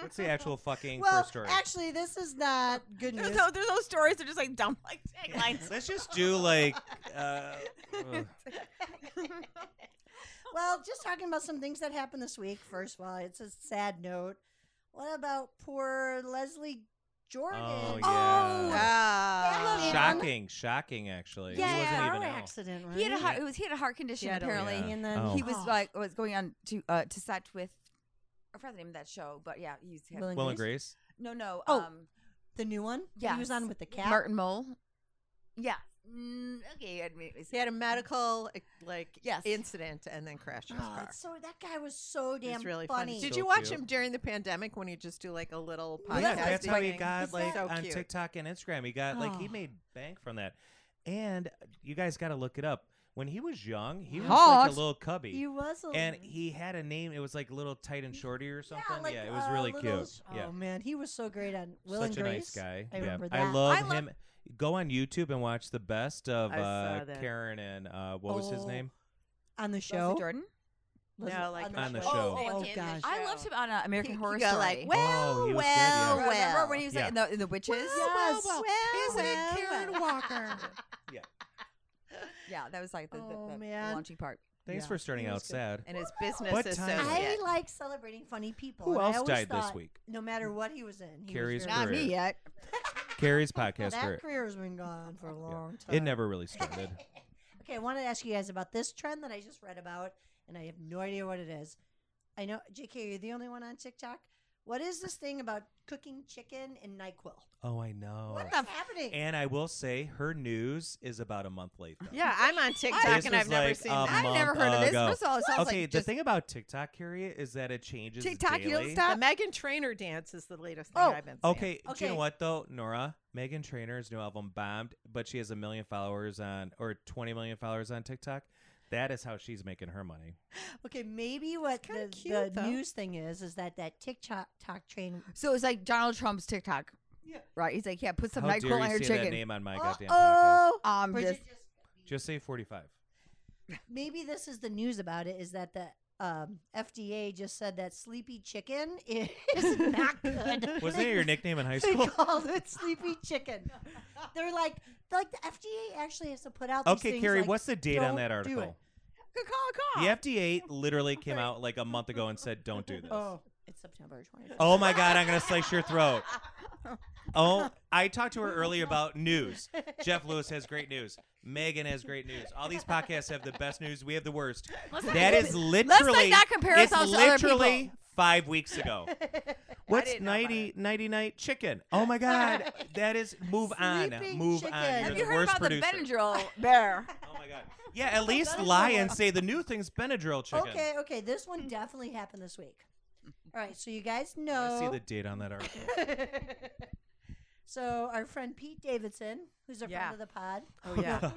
S1: What's the actual fucking
S2: well,
S1: first story?
S2: actually, this is not good
S3: There's
S2: news.
S3: no, there's no stories. They're just like dumb like taglines.
S1: Let's just do like. Uh, ugh.
S2: Well, just talking about some things that happened this week. First of all, it's a sad note. What about poor Leslie Jordan?
S1: oh
S3: Oh,
S1: yeah.
S2: That
S3: Um,
S2: little
S1: Shocking, shocking. Actually,
S2: Yeah,
S1: he wasn't
S2: car
S1: even out.
S2: accident, right?
S3: um, He had a heart. It was he had a heart condition
S4: Yeah, I don't-
S3: apparently.
S1: Yeah.
S2: And then
S1: Oh.
S3: He was
S2: Oh.
S3: like was going on to uh, to set with. I forgot the name of that show, but yeah, he's had,
S2: Will and
S1: Will and Grace.
S3: no no.
S2: Oh,
S3: um,
S2: The new one? He was
S3: Yes.
S2: on with the cat.
S3: Martin Mole. Yeah. Mm, okay. I mean, it's-
S4: He had a medical eh, like
S3: Yes.
S4: incident and then crashed his
S2: Oh,
S4: car.
S2: it's so that guy was so damn
S4: He's really funny.
S2: funny.
S4: Did
S1: So
S4: you watch
S1: cute.
S4: him during the pandemic when he just do like a little podcast?
S2: Well,
S1: yeah,
S2: that's
S1: that's how he
S4: beginning?
S1: got
S2: He's
S1: like
S4: so
S1: on
S4: cute.
S1: TikTok and Instagram. He got like he
S2: Oh.
S1: made bank from that. And you guys got to look it up. When he was young, he was like
S4: Hot.
S1: a little cubby,
S2: He was a
S1: and
S2: little-
S1: he had a name. It was like little tight and shorty or something. Yeah,
S2: like,
S1: it was
S2: uh,
S1: really
S2: little-
S1: cute. yeah,
S2: Oh
S3: um,
S2: man, he was so great on Will
S1: such
S2: and
S1: a
S2: Grace.
S1: nice guy.
S2: I
S1: yeah,
S2: remember
S1: I
S2: that.
S1: love
S4: I love-
S1: him. Go on YouTube and watch the best of
S4: I saw
S1: uh,
S4: that.
S1: Karen and uh, what was his
S2: Oh,
S1: name?
S2: on the
S3: Leslie
S2: show.
S3: Jordan.
S2: Leslie-
S4: No, like
S1: On the
S2: Oh,
S1: show.
S2: Oh,
S5: In the show.
S2: gosh.
S3: I loved him on uh, American
S4: He- he
S3: Horror
S4: go
S3: Story.
S4: like,
S1: Oh, he was good, yeah.
S4: well,
S3: Remember when he was
S1: Yeah.
S3: like in the, in the witches?
S2: Yes.
S1: Isn't it Karen Walker?
S3: Yeah, that was like the, the,
S2: Oh,
S3: the
S2: man.
S3: launching part.
S1: Thanks
S4: Yeah,
S1: for starting
S2: he
S1: out
S2: was good.
S1: sad.
S4: and his business
S1: What time?
S2: I
S4: associate.
S2: like celebrating funny people.
S1: Who
S2: and I
S1: else
S2: always
S1: died this
S2: thought
S1: week?
S2: No matter what he was in, he
S1: Carrie's
S2: was very-
S1: Not me Career.
S3: yet.
S1: Carrie's podcast
S2: that
S1: career.
S2: career has been gone for a long time.
S1: It never really started.
S2: okay, I want to ask you guys about this trend that I just read about, and I have no idea what it is. I know, JK, you're the only one on TikTok. What is this thing about cooking chicken in NyQuil?
S1: Oh, I know.
S2: What is happening?
S1: And I will say, her news is about a month late. Though.
S4: yeah, I'm on TikTok
S1: This
S4: and I've
S1: was
S4: never
S1: like
S4: seen
S1: a
S4: that.
S3: I've never
S1: month
S3: heard of this.
S1: ago.
S3: First of all, it sounds
S1: okay,
S3: like
S1: the
S3: just
S1: thing about TikTok, Carrie, is that it changes
S3: TikTok. You don't
S1: daily.
S4: The
S3: stop.
S4: Megan Trainor dance is the latest thing
S3: Oh,
S4: I've been seeing.
S1: Okay, do you
S2: Okay.
S1: know what though, Nora? Megan Trainor's new album bombed, but she has a million followers on or 20 million followers on TikTok. That is how she's making her money.
S2: Okay, maybe what
S4: kinda
S2: the,
S4: cute,
S2: the
S4: though.
S2: news thing is is that that TikTok talk train.
S3: So it's like Donald Trump's TikTok.
S1: Yeah.
S3: Right. He's like, yeah, put some
S1: how
S3: NyQuil
S1: dare
S3: on
S1: you
S3: your
S1: say that
S3: chicken.
S1: name on my goddamn podcast?
S2: Oh,
S3: Um, just,
S2: Bridget just-
S1: Just say 45.
S2: maybe this is the news about it is that the um, FDA just said that sleepy chicken is not good.
S1: Wasn't that your nickname in high
S2: They
S1: school?
S2: called it sleepy chicken. They're like, they're like the FDA actually has to put out. These
S1: Okay,
S2: things,
S1: Carrie,
S2: like,
S1: what's the date on
S2: don't
S1: that
S2: do it.
S1: article?
S3: good call,
S1: The
S3: call.
S1: FDA literally came out like a month ago and said, "Don't do this."
S2: Oh, it's September 25th.
S1: Oh my God, I'm going to slice your throat. Oh, I talked to her earlier about news. Jeff Lewis has great news. Megan has great news. All these podcasts have the best news. We have the worst. That is literally.
S3: Let's like not compare
S1: it's
S3: ourselves to other
S1: literally
S3: people.
S1: five weeks ago. What's
S4: didn't know about
S1: nighty nighty night chicken? Oh my God, that is move on,
S2: Sleeping
S1: move
S2: chicken.
S1: on. You're
S2: Have
S1: the
S3: Have you heard
S1: worst
S3: about
S1: producer.
S3: the Benadryl bear?
S1: Oh my God. Yeah, at least
S2: Benadryl.
S1: lie and say the new thing's Benadryl Oh, chicken.
S2: Okay, okay, this one definitely happened this week. All right, so you guys
S1: I
S2: know.
S1: see the date on that article.
S2: so our friend Pete Davidson, who's a
S4: Yeah.
S2: friend of the pod.
S4: Oh yeah.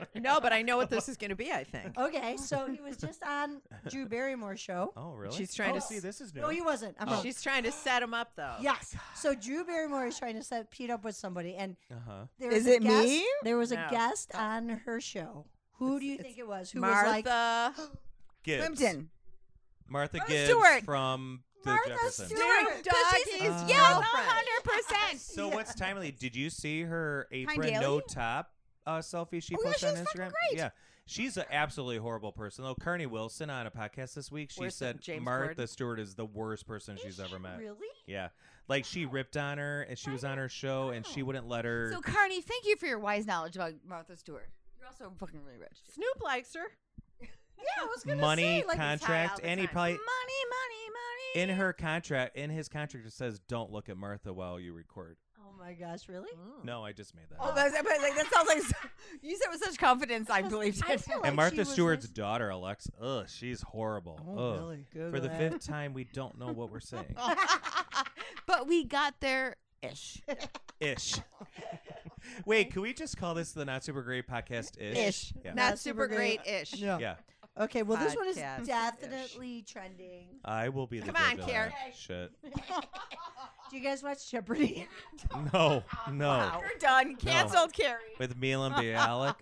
S4: No, but I know what this is going to be. I think.
S2: Okay, so he was just on Drew Barrymore's show.
S1: Oh, really?
S4: She's trying
S1: Oh,
S4: to
S1: see.
S4: s-
S1: This is new.
S2: No, he wasn't. I'm
S1: Oh.
S2: wrong.
S4: She's trying to set him up though.
S2: Yes. So Drew Barrymore is trying to set Pete up with somebody, and
S1: uh-huh.
S2: there
S3: Is
S2: was a
S3: it
S2: guest,
S3: me?
S2: There was
S4: No.
S2: a guest on her show. Who
S4: It's-
S2: do you
S4: it's
S2: think it was? Who was like
S4: Martha.
S1: Gibbs.
S3: Plimpton.
S1: Martha
S3: Martha
S1: Gibbs
S3: Stewart.
S1: from the Jefferson.
S3: Stewart. Because she's-
S4: Doggie's
S3: yeah, 100%.
S4: girlfriend.
S1: So what's timely? Did you see her apron
S3: Daly?
S1: no top uh, selfie she
S3: Oh, yeah,
S1: posted
S3: she
S1: on
S3: was fucking
S1: Instagram?
S3: great.
S1: Yeah, she's an absolutely horrible person. Though Carney Wilson on a podcast this week, she
S4: Worse than
S1: said
S4: James
S1: Martha
S4: Corden.
S1: Stewart is the worst person
S2: Is
S1: she's
S2: she
S1: ever met.
S2: Really?
S1: Yeah, like she ripped on her, and she was on her show, and she
S3: know.
S1: wouldn't let her.
S3: So, Carney, thank you for your wise knowledge about Martha Stewart. You're also fucking really rich. too.
S4: Snoop likes her.
S2: Yeah, I was gonna
S1: money
S2: say, like, it's hot all
S1: contract,
S2: the
S1: and he
S2: time.
S1: probably
S3: Money, money, money.
S1: in her contract, in his contract, it says don't look at Martha while you record.
S2: Oh my gosh, really?
S1: No, I just made that.
S3: Oh,
S1: up.
S3: that's, but, like, that sounds like you said with such confidence. I
S2: Because
S3: believed
S2: I
S3: it.
S2: feel like
S1: and Martha
S2: she was
S1: Stewart's
S2: listening-
S1: daughter, Alexa, ugh, she's horrible.
S2: Oh,
S1: ugh. For the fifth time, we don't know what we're saying.
S3: but we got there ish.
S1: Ish. Wait, can we just call this the Not Super Great Podcast Ish?
S2: Ish.
S1: Yeah.
S4: Not super great ish.
S2: No.
S1: Yeah.
S2: Okay, well, this one is
S4: Podcast-ish.
S2: definitely trending.
S1: I will be the
S3: Come on,
S1: victim of
S3: Karen.
S1: that Shit.
S2: Do you guys watch Jeopardy?
S1: No, no.
S3: You're done. Canceled, Carrie.
S1: With Milan Bialik.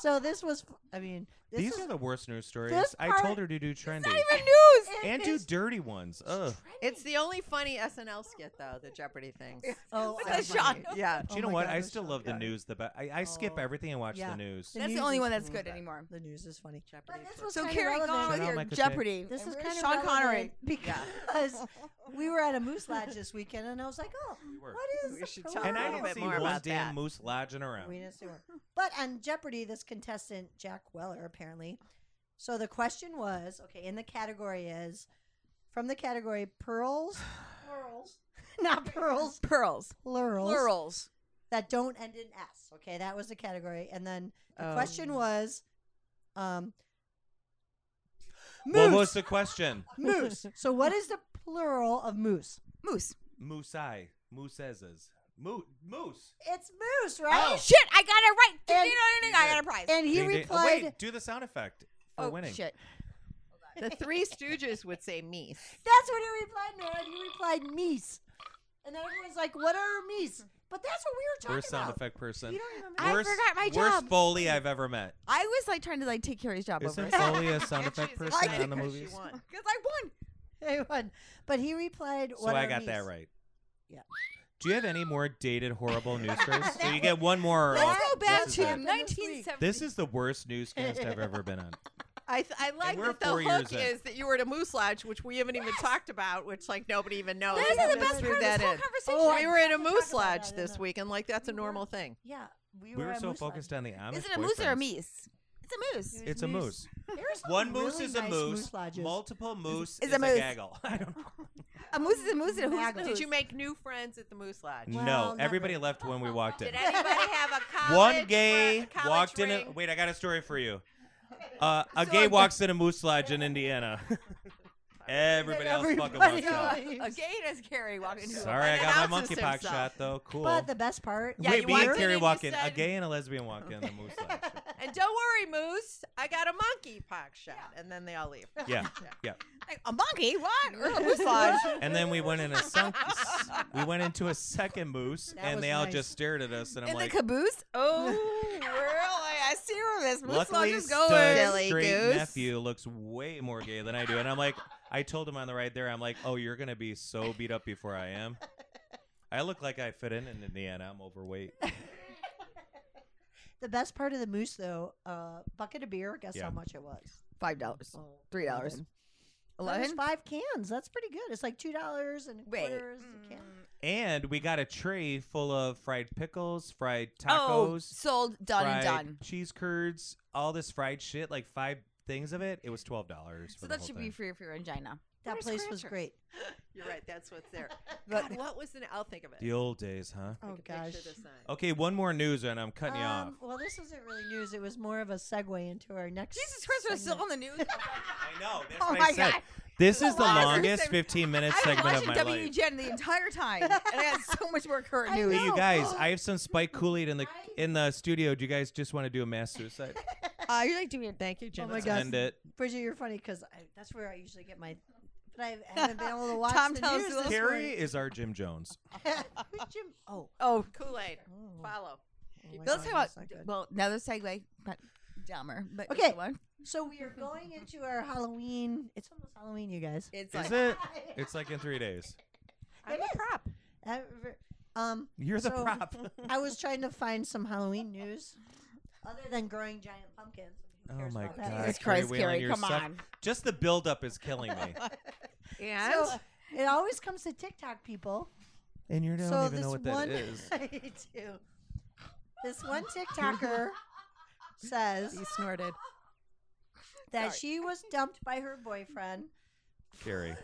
S2: so this was, I mean, this
S1: These
S2: was,
S1: are the worst news stories.
S2: this
S1: I
S2: part-
S1: told her to do trendy.
S3: Even news.
S2: it
S1: and do
S2: is
S1: dirty ones. Ugh.
S2: trending.
S4: It's the only funny SNL skit though, the Jeopardy thing.
S2: oh,
S3: with
S2: I
S3: a
S2: love
S3: shot.
S2: it.
S4: Yeah.
S1: Do
S2: Oh
S1: you know
S2: my
S1: what?
S2: God,
S1: I
S2: this
S1: still
S2: show
S1: love the
S2: got it.
S1: news. The best. I, I skip
S2: Oh,
S1: everything and watch
S2: yeah.
S1: the news.
S3: That's the
S2: news
S3: only
S2: is
S3: one that's
S2: funny.
S3: good anymore.
S2: The news is funny. But
S4: Jeopardy
S2: this
S4: for-
S2: was
S3: So
S2: kind
S3: Carrie,
S2: of
S3: go
S2: relevant.
S3: on with
S1: Shout out
S3: your
S1: Michael
S3: Jeopardy.
S2: This
S3: And
S2: is
S3: we're
S2: kind of
S3: Sean Connery.
S2: relevant because we were at a moose lodge this weekend, and I was like, "Oh,
S1: were.
S2: what is
S4: We
S2: the
S4: should
S2: pro-
S4: talk
S1: and I
S4: little
S1: didn't
S4: bit
S1: see
S4: more
S1: one
S4: about
S1: damn
S4: that.
S1: moose lodging
S2: We
S1: around.
S2: didn't see one. But on Jeopardy, this contestant, Jack Weller, apparently. So the question was okay, and the category is from the category pearls, plurals, not pearls,
S3: Pearls.
S2: plurals,
S3: Plurals.
S2: that don't end in S. Okay, that was the category. And then the
S4: Oh.
S2: question was um,
S1: What
S2: moose.
S1: was the question?
S2: moose. So what is the plural of moose?
S3: Moose.
S1: Moose eye. Moose Moose. Moose.
S2: It's moose,
S3: Oh,
S2: right?
S3: shit. I got it right. Ding,
S2: And-
S3: ding, ding, ding, I got a prize.
S2: And he
S1: Ding, ding. Oh,
S2: replied,
S1: wait, do the sound effect for
S3: oh,
S1: winning.
S3: shit.
S4: The Three Stooges would say me.
S2: That's what he replied, Nora. He replied, meese. And then everyone's like, what are meese? But that's what we were talking
S1: Worst sound
S2: about.
S1: effect person.
S2: You don't remember?
S3: I
S1: worst,
S3: forgot my
S1: Worst
S3: job.
S1: Foley I've ever met.
S3: I was like trying to like take Carrie's job over.
S1: Isn't
S3: Because
S1: Foley a sound effect person
S3: I
S1: on the
S4: Because she
S1: movies?
S4: won.
S3: I won.
S2: Everyone. But he replied,
S1: So
S2: what
S1: I
S2: are
S1: got that
S2: meese?"
S1: right.
S2: Yeah.
S1: Do you have any more dated horrible news stories? so you get one more. or
S3: Let's
S1: else
S3: go back
S1: this
S3: to
S1: is it.
S2: happened this week.
S3: 1970.
S1: This is the worst newscast I've ever been on.
S4: I, th- I like
S1: we're
S4: that the
S1: four years
S4: hook
S1: in.
S4: is that you were at a moose lodge, which we haven't even talked about, which like nobody even knows.
S3: This
S4: You
S3: is the
S4: just
S3: best
S4: threw
S3: part of this
S4: that
S3: whole
S4: in.
S3: conversation.
S4: We were at a
S2: We talked
S4: moose
S2: about
S4: lodge
S2: that,
S4: this
S2: didn't we?
S4: week, and like that's a
S2: We
S4: normal
S2: were.
S4: thing.
S2: Yeah. We were,
S1: We were
S2: at
S1: so
S2: Moose Lodge.
S1: focused on the Amish.
S3: Is it a moose or a
S1: boyfriends.
S3: meese? It's a moose.
S1: It's a moose.
S2: There are some
S1: One moose
S2: really
S1: is a
S2: nice
S1: moose.
S2: lodges.
S1: multiple moose
S3: is
S1: is,
S3: a
S1: a,
S3: moose.
S1: gaggle. I don't know.
S3: A moose is a moose. and Who's
S2: Maggle.
S3: moose?
S4: Did you make new friends at the moose lodge?
S2: Well,
S1: no,
S2: not
S1: everybody
S2: really.
S1: left when we walked in.
S4: Did anybody have a college?
S1: One gay
S4: fri- college
S1: walked in.
S4: ring?
S1: A, wait, I got a story for you. Uh, a
S4: So
S1: gay
S4: I'm-
S1: walks in a moose lodge in Indiana. everybody else fucking
S2: Everybody
S1: walks out.
S2: else.
S3: A gay does Carrie walking into
S1: Sorry, I
S4: And
S1: got my
S4: announces
S1: monkeypox
S4: himself.
S1: shot though. Cool.
S2: But the best part,
S4: Yeah,
S1: wait,
S4: you
S1: me
S4: walked
S1: and
S4: in and
S1: Carrie
S4: you
S1: walk in. A
S4: said-
S1: gay and a lesbian walk in the moose lodge.
S4: And don't worry, Moose. I got a monkey pox shot. And then they all leave.
S1: Yeah, yeah.
S3: Like, a monkey? What? Or a moose lodge?
S1: And then we went in a sunk. s- we went into a second moose,
S2: That
S1: and
S2: was
S1: they all
S2: nice.
S1: just stared at us. And I'm
S3: In
S1: like,
S3: the caboose? Oh, really? I see where this moose lodge
S1: Luckily,
S3: is going.
S1: Stud's
S4: Silly
S1: straight
S4: goose.
S1: nephew looks way more gay than I do, and I'm like, I told him on the ride there, I'm like, oh, you're gonna be so beat up before I am. I look like I fit in in Indiana. I'm overweight.
S2: the best part of the moose though, uh, bucket of beer. Guess
S1: Yeah.
S2: how much it was?
S3: Five dollars.
S2: Oh,
S3: Three dollars.
S2: That was
S3: Eleven?
S2: five cans. That's pretty good. It's like two dollars and
S3: Wait. mm,
S2: quarters a can.
S1: And we got a tray full of fried pickles, fried
S3: Oh,
S1: tacos,
S3: sold, done,
S1: fried
S3: and done.
S1: cheese curds, all this fried shit, like five things of it. It was twelve dollars.
S3: So that should be free for your angina.
S2: That
S4: What a
S2: place was
S4: scratcher.
S2: great.
S4: You're right. That's what's there.
S2: But-
S4: God, what was the? I'll think of it.
S1: the old days, huh?
S4: I
S2: Oh
S4: can
S2: gosh.
S4: picture this sign.
S1: Okay, one more news, and I'm cutting you off.
S2: Um, well, this isn't really news. It was more of a segue into our next.
S3: Jesus Christ, we're still
S2: segment.
S3: on the news.
S1: I know. That's
S3: Oh
S1: what
S3: my
S1: I said.
S3: God.
S1: This is the
S3: Wow, I was gonna
S1: longest
S3: say,
S1: 15 minute
S3: I've been
S1: segment of
S3: watching
S1: my life.
S3: WGN the entire time, and I had so much more current
S2: I
S3: news.
S1: Hey, you
S2: No.
S1: guys, I have some Spike Kool-Aid in the in the studio. Do you guys just want to do a mass suicide?
S4: Uh, you're like doing it. Thank you, Jim.
S2: Oh my
S1: Let's
S2: gosh.
S1: end it.
S2: Bridget, you're funny because that's where I usually get my. But I haven't been able to watch
S3: Tom
S2: the
S3: tells
S2: news.
S3: us
S2: this
S1: Carrie
S2: morning.
S1: is our Jim Jones.
S2: Who's Jim? Oh,
S3: Oh,
S4: Kool Aid.
S2: oh.
S4: Follow.
S2: my
S3: let's
S2: God,
S3: talk
S2: that's not
S3: about
S2: good.
S3: well another segue. But Dumber. But
S2: Okay.
S3: okay. One.
S2: So we are going into our Halloween. It's almost Halloween, you guys.
S1: Is
S3: It's like
S1: it? It's like in three days.
S4: I'm
S2: It
S4: a prop.
S2: Uh, Um,
S1: You're the
S2: So-
S1: prop.
S2: I was trying to find some Halloween news other than growing giant pumpkins. Who
S1: Oh
S2: cares
S1: my
S2: about that?
S1: God.
S3: Jesus
S1: Carrie
S3: Christ,
S1: Whelan,
S3: Carrie,
S1: you're
S3: come
S1: such-
S3: on.
S1: Just the buildup is killing me,
S4: And
S2: So, it always comes to TikTok people.
S1: and you don't
S2: so
S1: even
S2: this
S1: know what
S2: one,
S1: that is.
S2: I do. This one TikToker says
S4: he snorted.
S2: that she was dumped by her boyfriend
S1: Carrie.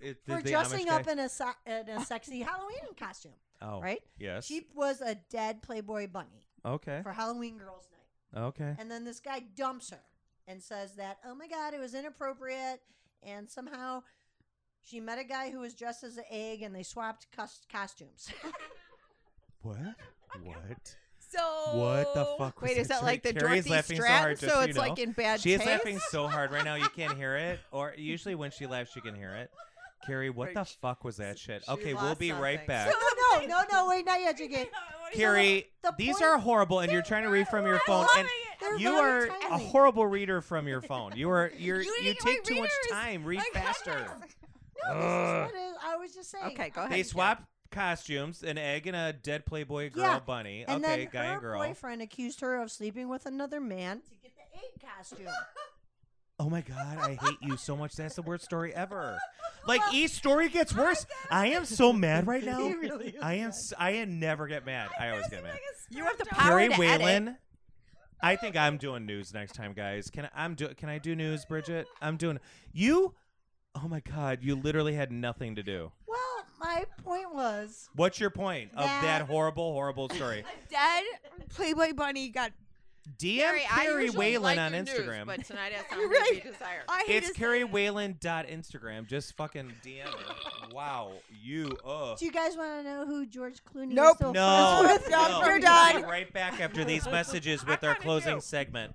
S1: It, did
S2: for
S1: the Amish
S2: dressing
S1: guy-
S2: up in a so- in a sexy Halloween costume.
S1: oh,
S2: Right?
S1: Yes.
S2: She was a dead Playboy bunny
S1: okay.
S2: for Halloween girls' night.
S1: Okay.
S2: And then this guy dumps her and says that, oh my God, it was inappropriate. And somehow she met a guy who was dressed as an egg and they swapped cos- costumes.
S1: What? What?
S3: So
S1: What the fuck? Was
S4: Wait, is that
S1: Sorry,
S4: like the
S1: Oh. Carrie's
S4: Dorothy
S1: laughing so
S4: Stratton?
S1: hard.
S4: So,
S1: just so you
S4: it's like
S1: know.
S4: in bad
S1: She is
S4: taste.
S1: laughing so hard right now you can't hear it. Or usually when she laughs, she can hear it. Carrie, what
S4: Right,
S1: the
S4: she-
S1: fuck was that shit?
S4: she
S1: Okay, we'll
S4: lost
S1: be right
S4: something.
S2: no,
S1: back.
S2: no, no, no, no, wait, not yet, Jiggy.
S1: Carrie,
S2: The
S1: these
S2: point-
S1: are horrible, and you're trying to read from your phone. And
S2: They're
S1: you are
S2: very
S1: a
S2: timely.
S1: horrible reader from your phone. You are you're
S3: You
S1: you,
S3: didn't get my
S1: take too much
S3: readers.
S1: time. Read
S3: My
S1: faster.
S3: goodness.
S2: No, this
S1: Ugh.
S2: is what it is. I was just saying.
S4: Okay, go ahead.
S1: They
S4: Yeah.
S1: swap costumes: an egg and a dead Playboy girl
S2: Yeah,
S1: bunny.
S2: And
S1: okay,
S2: then
S1: guy
S2: her
S1: and girl.
S2: boyfriend accused her of sleeping with another man to get the egg costume.
S1: Oh my god, I hate you so much. That's the worst story ever. Like each story gets worse. I am so mad right now.
S2: He really is
S1: I am.
S2: mad.
S1: s- I am never get mad. I always get mad.
S4: You have the power
S1: Carrie
S4: to edit.
S1: Whalen. I think I'm doing news next time, guys. Can I, I'm do? Can I do news, Bridget? I'm doing you. Oh my god, you literally had nothing to do.
S2: Well, my point was
S1: What's your point of
S2: That-
S1: that horrible, horrible story?
S3: dead Playboy bunny got.
S1: DM
S6: Carrie, I
S1: Carrie
S6: usually
S1: Whalen
S6: like
S1: on
S6: your news,
S1: Instagram.
S6: but tonight has
S3: You're
S6: something
S3: right.
S6: to desire.
S3: I hate
S1: it's
S3: to say
S1: Carrie
S3: it.
S1: Whalen dot Instagram. Just fucking DM her. Wow, you. Uh.
S2: Do you guys want to know who George Clooney
S3: Nope.
S2: is still
S1: No,
S2: friends with?
S1: no.
S3: Done. We're
S1: We'll
S3: done.
S1: be right back after these messages with
S6: I
S1: our
S6: kinda
S1: closing
S6: do.
S1: segment.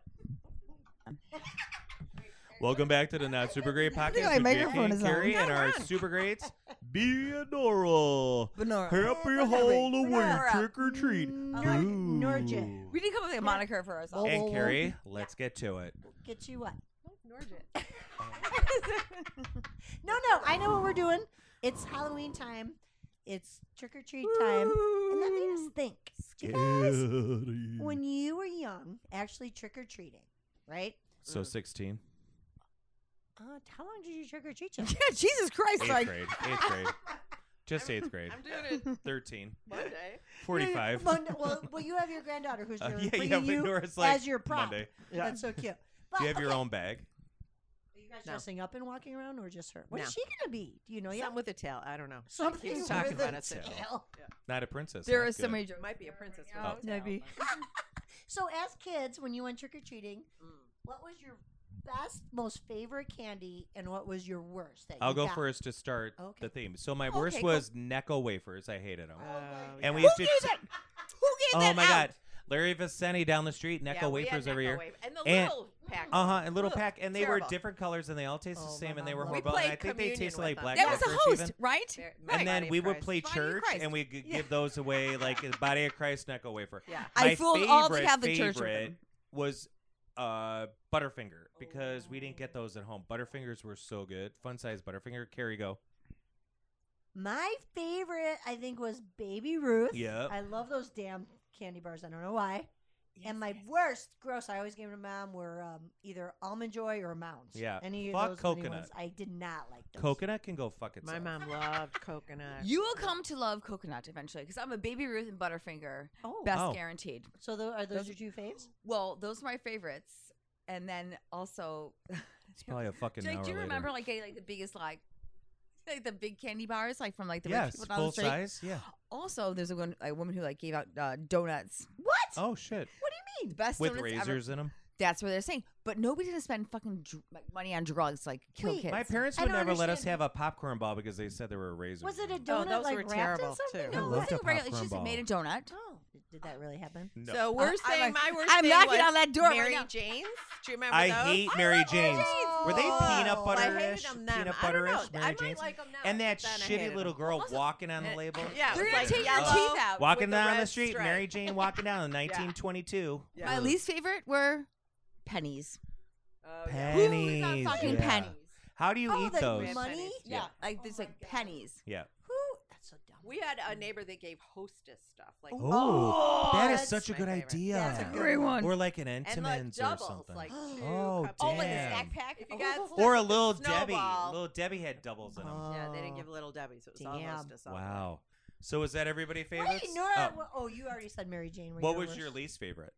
S1: Welcome back to the Not Super Great
S3: I think
S1: Podcast
S3: my
S1: with Jackie
S3: microphone
S1: and
S3: is on.
S1: Carrie and our Super Greats. Be adorable. Happy Halloween.
S3: Nora.
S1: Trick or treat.
S2: Nor- Norja.
S3: We didn't come up with a moniker for ourselves.
S1: And Carrie, let's get to it.
S2: Get you what?
S5: Norgit.
S2: No, no. I know what we're doing. It's Halloween time. It's trick or treat time. And that made us think. Do you guys, when you were young, actually trick or treating, right?
S1: So 16.
S2: Uh, how long did you trick or treat? till?
S3: Yeah, Jesus Christ!
S1: Eighth
S3: like,
S1: grade. Eighth grade. Just eighth grade.
S6: I'm doing it
S1: 13.
S6: Monday.
S1: 45.
S2: Well, no- well, well, you have your granddaughter who's
S1: Uh,
S2: your,
S1: yeah,
S2: bringing
S1: yeah, but
S2: you
S1: Nora's like
S2: as your prop.
S1: Monday.
S2: That's so cute. But,
S1: Do you have your
S2: okay,
S1: own bag?
S2: Are you guys
S4: No.
S2: dressing up and walking around, or just her? What's
S4: No.
S2: she gonna be? Do you know yet?
S4: Something with a tail. I don't know.
S2: Something
S4: was talking
S2: with a
S4: about it today.
S2: tail.
S1: Not a princess.
S3: there
S1: not
S3: is so
S1: good.
S3: many. jokes.
S6: It might be a princess. with
S3: Oh.
S6: a tail,
S3: Maybe.
S6: but-
S2: So, as kids, when you went trick or treating, what was your best, most favorite candy, and what was your worst? That
S1: I'll
S2: you
S1: go
S2: got?
S1: first to start
S2: Okay.
S1: the theme. So my
S3: Okay,
S1: worst
S3: go.
S1: was Necco wafers. I hated them.
S4: Oh,
S1: and we
S3: Who
S1: used to.
S3: gave that? Who gave that
S1: oh my
S3: out?
S1: god, Larry Vicente down the street, Necco
S6: Yeah, we had
S1: wafers every
S6: Necco
S1: year.
S6: wafer- And the
S1: And-
S6: little pack.
S1: Uh huh, and little
S6: Ugh,
S1: pack, and they
S6: terrible.
S1: were different colors, and they all tasted
S4: Oh,
S1: the
S4: my
S1: same, and they
S4: mom
S1: were
S4: loved
S1: horrible.
S6: them.
S1: And
S6: We
S1: I think they
S6: played
S1: tasted
S6: communion
S1: like
S6: with
S1: black
S3: That
S6: them.
S3: was
S1: wafers
S3: a host,
S1: even.
S3: right?
S6: Very-
S1: And
S6: Body
S1: then
S6: of
S1: we would
S6: Christ.
S1: play
S3: Body of
S1: church,
S3: Christ.
S1: and we could give those away like the Body of Christ Necco wafer.
S6: Yeah.
S3: I
S1: My
S3: fooled
S1: favorite,
S3: all the Catholic
S1: favorite
S3: Church with them.
S1: was uh, Butterfinger because we didn't get those at home. Butterfingers were so good. Fun size Butterfinger. Carrie, go.
S2: My favorite, I think, was Baby Ruth.
S1: Yep.
S2: I love those damn candy bars. I don't know why. and my worst, gross, I always gave to mom were um, either almond joy or mounds.
S1: Yeah.
S2: Any
S1: Fuck
S2: of those mini
S1: coconut.
S2: ones. I did not like those.
S1: Coconut can go fuck itself.
S4: My mom loved coconut.
S3: You will come to love coconut eventually because I'm a baby Ruth and Butterfinger.
S2: Oh.
S3: Best
S1: Oh.
S3: guaranteed.
S2: So tho- are those
S3: Those-
S2: your two faves?
S3: Well, those are my favorites. And then also,
S1: It's probably a fucking.
S3: Jake,
S1: hour
S3: do you
S1: later.
S3: remember like getting like the biggest like like the big candy bars like from like the rich
S1: yes,
S3: people down
S1: full
S3: the street?
S1: size. Yeah.
S3: Also, there's a, one, a woman who like gave out uh, donuts. What?
S1: Oh shit.
S3: The best
S1: With
S3: donuts ever.
S1: razors in 'em. in them.
S3: That's what they're saying. But nobody's gonna spend fucking dr- like, money on drugs like kill
S2: Wait,
S3: kids.
S1: My parents
S2: I
S1: would
S2: don't
S1: never let us
S2: understand.
S1: have a popcorn ball because they said there were razors.
S2: Was it
S1: in
S2: a
S1: 'em.
S2: donut
S4: those
S2: like
S4: were
S2: wrapped in
S4: terrible,
S2: something?
S4: too.
S1: I
S2: No
S1: loved
S2: way.
S1: a
S3: regular, she
S1: popcorn
S3: just
S1: ball.
S3: made a donut.
S2: Oh, did that really happen?
S1: No.
S6: So worst
S3: I'm
S6: thing,
S3: like-
S6: my worst
S3: I'm
S6: thing
S3: knocking
S6: was
S3: on that door right
S6: Mary
S3: now.
S6: Jane's. Do you remember
S1: I
S6: those?
S1: hate Mary Jane's. Were they peanut
S2: Oh,
S1: butter?
S2: I
S5: I hated
S1: butterish,
S5: them then.
S1: peanut
S5: I don't know.
S1: butterish, Mary
S5: I might
S1: Jane's?
S5: like them now.
S1: and
S5: but
S1: that
S5: then I
S1: shitty
S5: hated
S1: little
S5: 'em.
S1: girl
S3: Also-
S1: walking on the
S5: And-
S1: label.
S5: Yeah, it
S3: They're
S5: was
S3: gonna
S5: like
S3: take your
S5: yellow
S3: teeth out
S5: with
S1: Walking down the
S5: red
S1: street,
S5: stripe.
S1: Mary Jane walking down in 1922.
S5: Yeah.
S3: My
S1: Ugh.
S3: least favorite were pennies.
S5: Oh,
S1: Pennies,
S5: Who's not fucking
S3: yeah.
S5: pennies?
S1: How do you
S2: Oh,
S1: eat
S2: the
S1: those?
S5: Red
S2: money?
S5: pennies.
S1: Yeah.
S3: like
S5: Oh
S3: there's
S5: my
S3: like
S5: God.
S3: pennies.
S1: Yeah.
S2: Who? That's so dumb.
S5: We had a neighbor that gave hostess stuff. Like
S1: Ooh, Oh,
S2: Oh,
S1: that is such a
S5: my
S1: good
S5: favorite.
S1: idea.
S2: That's a good
S3: Great one.
S1: Or like an
S5: and like
S1: Entenmann's or
S5: doubles,
S1: something.
S5: like two
S1: Oh,
S5: cups.
S1: damn.
S3: Oh, like a snack pack.
S5: If you got
S3: Oh.
S5: stuck
S1: or a
S5: with the
S1: little Debbie.
S5: snowball-
S1: Little Debbie had doubles in
S2: Oh,
S1: them.
S5: Yeah, they didn't give little Debbie, so it was
S2: Damn.
S5: almost a
S1: wow. So is that everybody favorites?
S2: Wait, Nora.
S1: Oh,
S2: wha- Oh. you already said Mary Jane. were
S1: what was
S2: worst.
S1: your least favorite?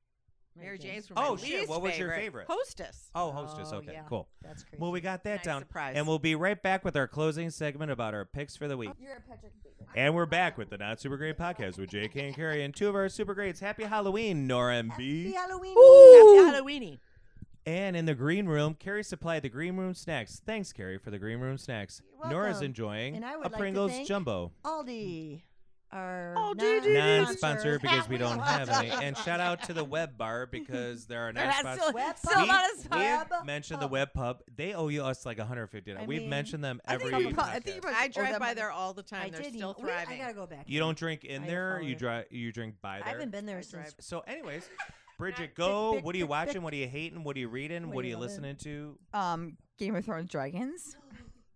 S4: Mary Jane's were my
S1: Oh shit!
S4: least
S1: What was your favorite?
S4: favorite. Hostess.
S1: Oh, hostess.
S2: Oh,
S1: Okay,
S2: yeah.
S1: cool.
S2: That's crazy.
S1: Well, we got that
S4: Nice
S1: down,
S4: surprise.
S1: and we'll be right back with our closing segment about our picks for the week.
S2: Oh,
S3: You're a Patrick
S1: And we're back with the Not Super Great podcast with J.K. and Carrie and two of our super greats. Happy Halloween, Nora and
S2: Happy
S1: B.
S2: Halloween.
S4: Happy Halloweeny.
S1: And in the green room, Carrie supplied the green room snacks. Thanks, Carrie, for the green room snacks.
S2: You're
S1: Nora's
S2: welcome.
S1: enjoying
S2: And I would
S1: a
S2: like to
S1: Pringles
S2: thank-
S1: jumbo.
S2: Aldi. Our
S4: Aldi, do, do, do.
S1: Non-sponsor because we don't have any. And shout out to the Web Bar because there are
S3: They're
S1: not
S3: not
S1: sponsors.
S3: still,
S2: Web
S3: still
S2: We-
S3: not as
S1: We
S3: fun.
S1: have mentioned the Web Pub. They owe you us like 150.
S2: I
S1: We've
S2: mean,
S1: mentioned them
S3: I
S1: every.
S3: think you probably- I
S1: podcast.
S3: think you
S4: I
S3: probably owe
S4: drive
S3: them
S4: by
S3: money.
S4: there all the time.
S2: I
S4: They're
S2: did.
S4: still
S2: eat- wait, I
S4: thriving.
S2: gotta go back.
S1: You don't drink in
S2: I
S1: there. You
S2: followed.
S1: dry. You drink by
S2: I
S1: there.
S2: haven't been there
S4: I
S2: since.
S4: drive.
S1: So, anyways,
S5: Big,
S1: Bridget, go.
S2: big,
S1: what are you
S2: big,
S1: watching?
S2: big.
S1: What are you hating? What are you reading? What,
S2: What
S1: are
S2: do
S1: you
S2: you love in?
S1: listening to?
S3: Um, Game of Thrones dragons.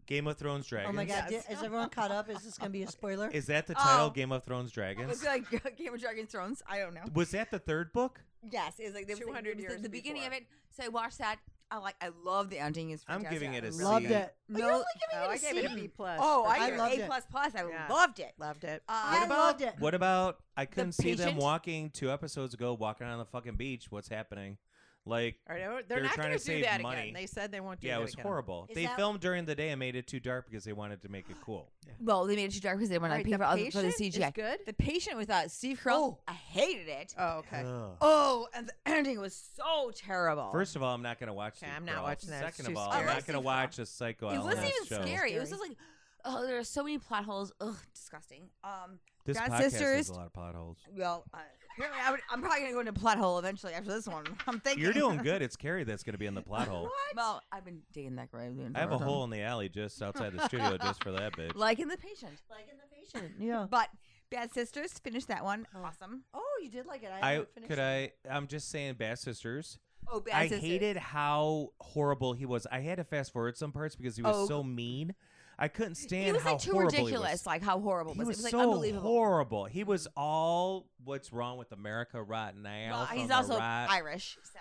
S1: Game of Thrones Dragons.
S2: Oh my god!
S4: Yes.
S2: di- Is everyone caught up? Is this gonna be a spoiler?
S1: Is that the title?
S3: Oh.
S1: Game of Thrones
S3: It's
S1: Dragons.
S3: like Game of Dragons Thrones. I don't know.
S1: Was that the third book?
S3: Yes, it was like there was like,
S5: 200
S3: it was
S5: years
S3: the, the beginning of
S5: before.
S3: it. So I watched that. I like. I love the ending. It's
S1: I'm
S3: fantastic.
S1: giving it a
S3: I
S1: C.
S2: Loved
S1: see.
S2: it.
S3: No,
S2: No,
S4: Oh, I gave it a B plus.
S3: Oh, I,
S2: I
S3: gave
S2: loved
S3: it
S2: it.
S3: A plus plus. I
S4: Yeah.
S3: loved it.
S4: Loved it.
S2: I
S3: Uh,
S1: about-
S2: loved it.
S1: What about I couldn't see them
S3: patient?
S1: walking two episodes ago, walking on the fucking beach. What's happening? Like,
S4: All right, they're-
S1: They
S4: they're
S1: were
S4: not
S1: trying
S4: going to
S1: to
S4: do
S1: save
S4: that
S1: money.
S4: again. They said they won't do
S1: yeah,
S4: that
S1: it was
S4: again.
S1: horrible.
S2: Is
S1: they
S2: that-
S1: filmed during the day and made it too dark because they wanted to make it cool.
S3: well, they made it too dark because they wanted
S4: All right,
S3: to pay
S4: the
S3: for, all the, for the
S4: patient is
S3: CGI.
S4: good?
S3: The patient with uh, Steve Carell. I hated it.
S4: Oh, okay.
S1: Ugh.
S3: oh, and the ending was so terrible.
S1: First of all, I'm not going to watch.
S4: Okay,
S1: Steve
S4: I'm not
S1: Carell.
S4: watching that. It's
S1: Second
S4: too
S1: of all,
S4: scary.
S1: I'm
S3: I
S1: not
S3: like
S1: going to
S3: Steve
S1: watch a psycho.
S3: it wasn't even
S1: Oh, show.
S3: scary. It was
S2: Scary.
S3: just like, oh, there are so many plot holes. Ugh, disgusting. Um,
S1: This
S3: God
S1: podcast has
S3: Sisters-
S1: a lot of plot holes.
S3: well, uh, apparently I would, I'm probably gonna go into a plot hole eventually after this one. I'm thinking
S1: You're doing good. It's Carrie that's going to be in the plot hole.
S3: Well, I've been digging that grave. the
S1: I have a
S3: entire time.
S1: hole in the alley just outside the studio just for that bitch.
S3: like in the patient.
S2: Like in the patient. Yeah.
S3: But Bad Sisters, finish that one. Awesome.
S2: Oh, you did like it. I,
S1: I
S2: haven't finished
S1: could
S2: it.
S1: I. I'm just saying, Bad Sisters.
S3: Oh, Bad
S1: I
S3: Sisters.
S1: hated how horrible he was. I had to fast forward some parts because he was
S3: Oh.
S1: so mean. I couldn't stand
S3: He was
S1: how
S3: like too
S1: horrible
S3: ridiculous.
S1: he was.
S3: Like how horrible
S1: He
S3: was it?
S1: was
S3: It was like
S1: so
S3: unbelievable.
S1: horrible. He was all what's wrong with America, rotten ale.
S3: Well,
S1: from
S3: he's
S1: the
S3: also
S1: rot.
S3: Irish, so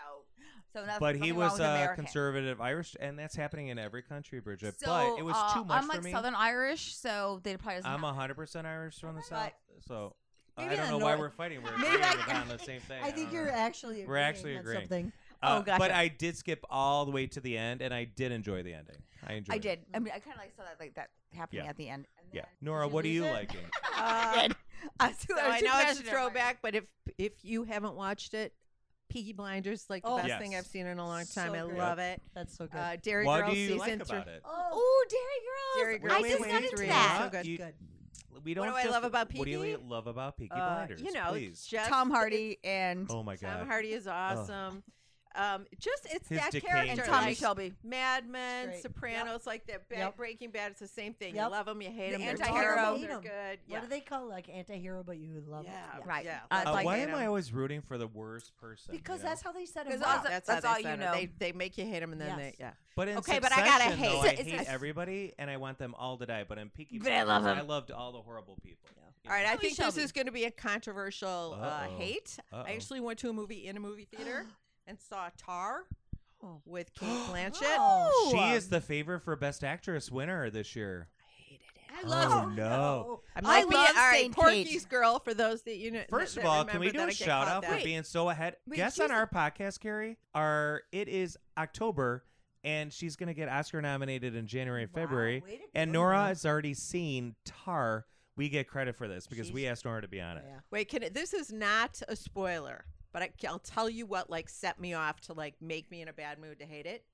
S3: so nothing.
S1: but he
S3: nothing wrong
S1: was
S3: with
S1: a
S3: American.
S1: conservative Irish, and that's happening in every country, Bridget.
S3: So,
S1: but it was
S3: uh,
S1: too much
S3: I'm
S1: for
S3: like
S1: me.
S3: Southern Irish, so they probably doesn't.
S1: I'm
S3: have-
S1: 100 percent Irish from the south,
S3: But-
S1: so
S3: Maybe
S1: I don't
S3: in
S1: know
S3: the
S1: why
S3: north-
S1: we're fighting. We're
S3: Maybe
S1: agreeing
S3: I-
S1: about the same thing.
S2: I
S1: don't
S2: think
S1: know.
S2: you're actually.
S1: We're actually
S2: on
S1: agreeing.
S2: Something.
S1: Uh,
S3: Oh,
S1: But
S3: gotcha.
S1: I did skip all the way to the end, and I did enjoy the ending. I enjoyed.
S3: I
S1: it.
S3: did. I mean, I kind of like saw that like that happening
S1: Yeah.
S3: at the end. And
S1: Yeah,
S3: then-
S1: Nora,
S3: Did you
S1: what are
S3: lose
S1: you
S3: it?
S1: liking?
S3: I did. I was too,
S4: So
S3: was
S4: Uh, I
S3: too
S4: know it's a
S3: passionate about it.
S4: throwback, but if if you haven't watched it, Peaky Blinders like the
S2: Oh.
S4: best thing
S1: Yes.
S4: I've seen in a long time.
S2: So
S4: I
S2: good.
S4: love it.
S2: That's so good.
S4: Uh, Dairy
S1: what
S4: Girl
S1: do you
S4: season
S1: like
S4: three.
S1: about it?
S2: oh,
S3: Ooh, Dairy
S4: Dairy
S3: Girls.
S4: Girl
S3: I just
S4: season
S3: got into
S4: three.
S3: that.
S4: So good.
S1: You-
S2: good.
S1: We don't
S4: do I
S1: just-
S4: love about
S1: What do you
S4: Peaky?
S1: love about Peaky
S4: Uh,
S1: Blinders?
S4: you know,
S1: please.
S4: just
S3: Tom
S4: it-
S3: Hardy and
S1: Oh my
S4: Tom
S1: god.
S4: Hardy is awesome. Um, just it's
S1: His
S4: that
S1: decaying
S3: and
S4: character,
S1: Sure,
S3: Tommy
S1: like-
S3: Shelby.
S4: Mad Men,
S2: Straight.
S4: Sopranos, like that. Bad,
S2: Yep.
S4: Breaking Bad, it's the same thing.
S2: Yep.
S4: You love them, you hate
S3: The
S4: them. They're
S3: anti-hero.
S4: terrible,
S2: Hate
S4: They're
S2: 'em.
S4: good.
S2: What
S4: Yeah.
S2: do they call like anti-hero, but you love
S4: Yeah.
S2: it?
S3: Right.
S4: Yeah,
S3: Uh,
S4: love
S3: it's
S1: Uh,
S3: like
S1: why
S4: hate
S1: am I
S4: him.
S1: always rooting for the worst person? you
S2: Because
S1: know?
S2: that's how they set him
S3: Because
S2: up.
S3: also-
S4: That's,
S3: that's
S4: how
S3: all
S4: they
S3: you
S4: said it.
S3: know.
S4: They they make you hate them, and then
S2: Yes.
S4: they yeah.
S1: But in
S3: Okay, but I gotta
S1: Succession, though,
S3: hate-
S1: I
S3: It's
S1: hate
S3: a-
S1: everybody, and I want them all to die. But in Peaky
S3: But I
S1: Blinders,
S3: love 'em.
S1: I loved all the horrible people. You
S4: All right, I
S3: Tommy
S4: think this
S3: Shelby.
S4: is going to be a controversial uh,
S1: Uh-oh.
S4: hate.
S1: Uh-oh.
S4: I actually went to a movie in a movie theater and saw Tar
S2: Oh.
S4: with Kate Blanchett.
S2: Oh.
S1: She
S4: um
S1: is the favorite for Best Actress winner this year.
S3: I love
S1: Oh, no.
S4: I,
S3: I
S4: might be
S3: love
S4: all right,
S3: Saint Kate.
S4: Porky's girl. For those that you know,
S1: First
S4: that-
S1: of
S4: that
S1: all, can we
S4: remember
S1: do
S4: that I
S1: a
S4: get
S1: shout
S4: called
S1: out for
S4: that.
S1: being so ahead?
S3: Wait,
S1: Guests on
S3: she's a-
S1: our podcast, Carrie, are it is October, and she's going to get Oscar nominated in January and
S2: Wow,
S1: February.
S2: way to
S1: and
S2: go,
S1: Nora
S2: Nora.
S1: has already seen Tar. We get credit for this because
S4: She's-
S1: we asked Nora to be on it.
S2: Yeah.
S4: Wait, can it, this is not a spoiler, but I, will tell you what like set me off to like make me in a bad mood to hate it.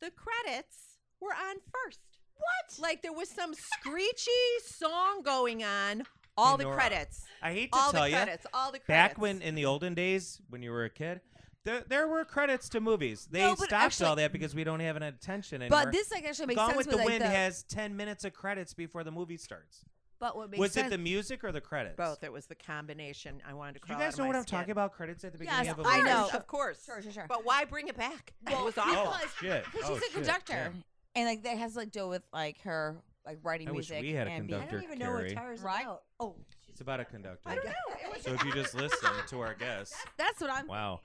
S4: The credits were on first. What? Like there was some screechy song going on. All
S1: Hey,
S4: the
S1: Nora,
S4: credits.
S1: I hate to
S4: All the
S1: tell you,
S4: credits. All the credits.
S1: back when in the olden days when you were a kid, There, there were credits to movies. They
S3: No, but
S1: stopped all
S3: actually-
S1: that because we don't have an attention anymore.
S3: But this like actually makes
S1: Gone
S3: sense
S1: with the
S3: like,
S1: Wind has ten minutes of credits before the movie starts.
S3: but what makes
S1: was
S3: sense,
S1: it the music or the credits?
S4: Both. It was the combination. I wanted to.
S1: Do you
S4: crawl out
S1: guys
S4: of
S1: know
S4: my
S1: what I'm
S4: skin.
S1: talking about? Credits at the beginning
S3: Yes,
S1: of a
S3: I
S1: movie.
S3: know.
S4: of course.
S3: Sure, sure, sure.
S4: But why bring it back?
S3: Well,
S4: it was
S3: because-
S4: awful.
S1: Oh shit!
S3: Because
S1: Oh,
S3: she's a
S1: shit.
S3: conductor,
S1: Yeah.
S3: and like that has like deal with like her like writing
S1: I wish
S3: music.
S1: we had a
S3: and being-
S2: I
S1: Dr.
S2: don't even know what
S1: Carey.
S2: Tara's
S3: Right?
S2: about. Oh,
S1: It's about a conductor.
S2: I don't know.
S1: So if you just listen to our guests,
S3: That's what I'm.
S1: wow.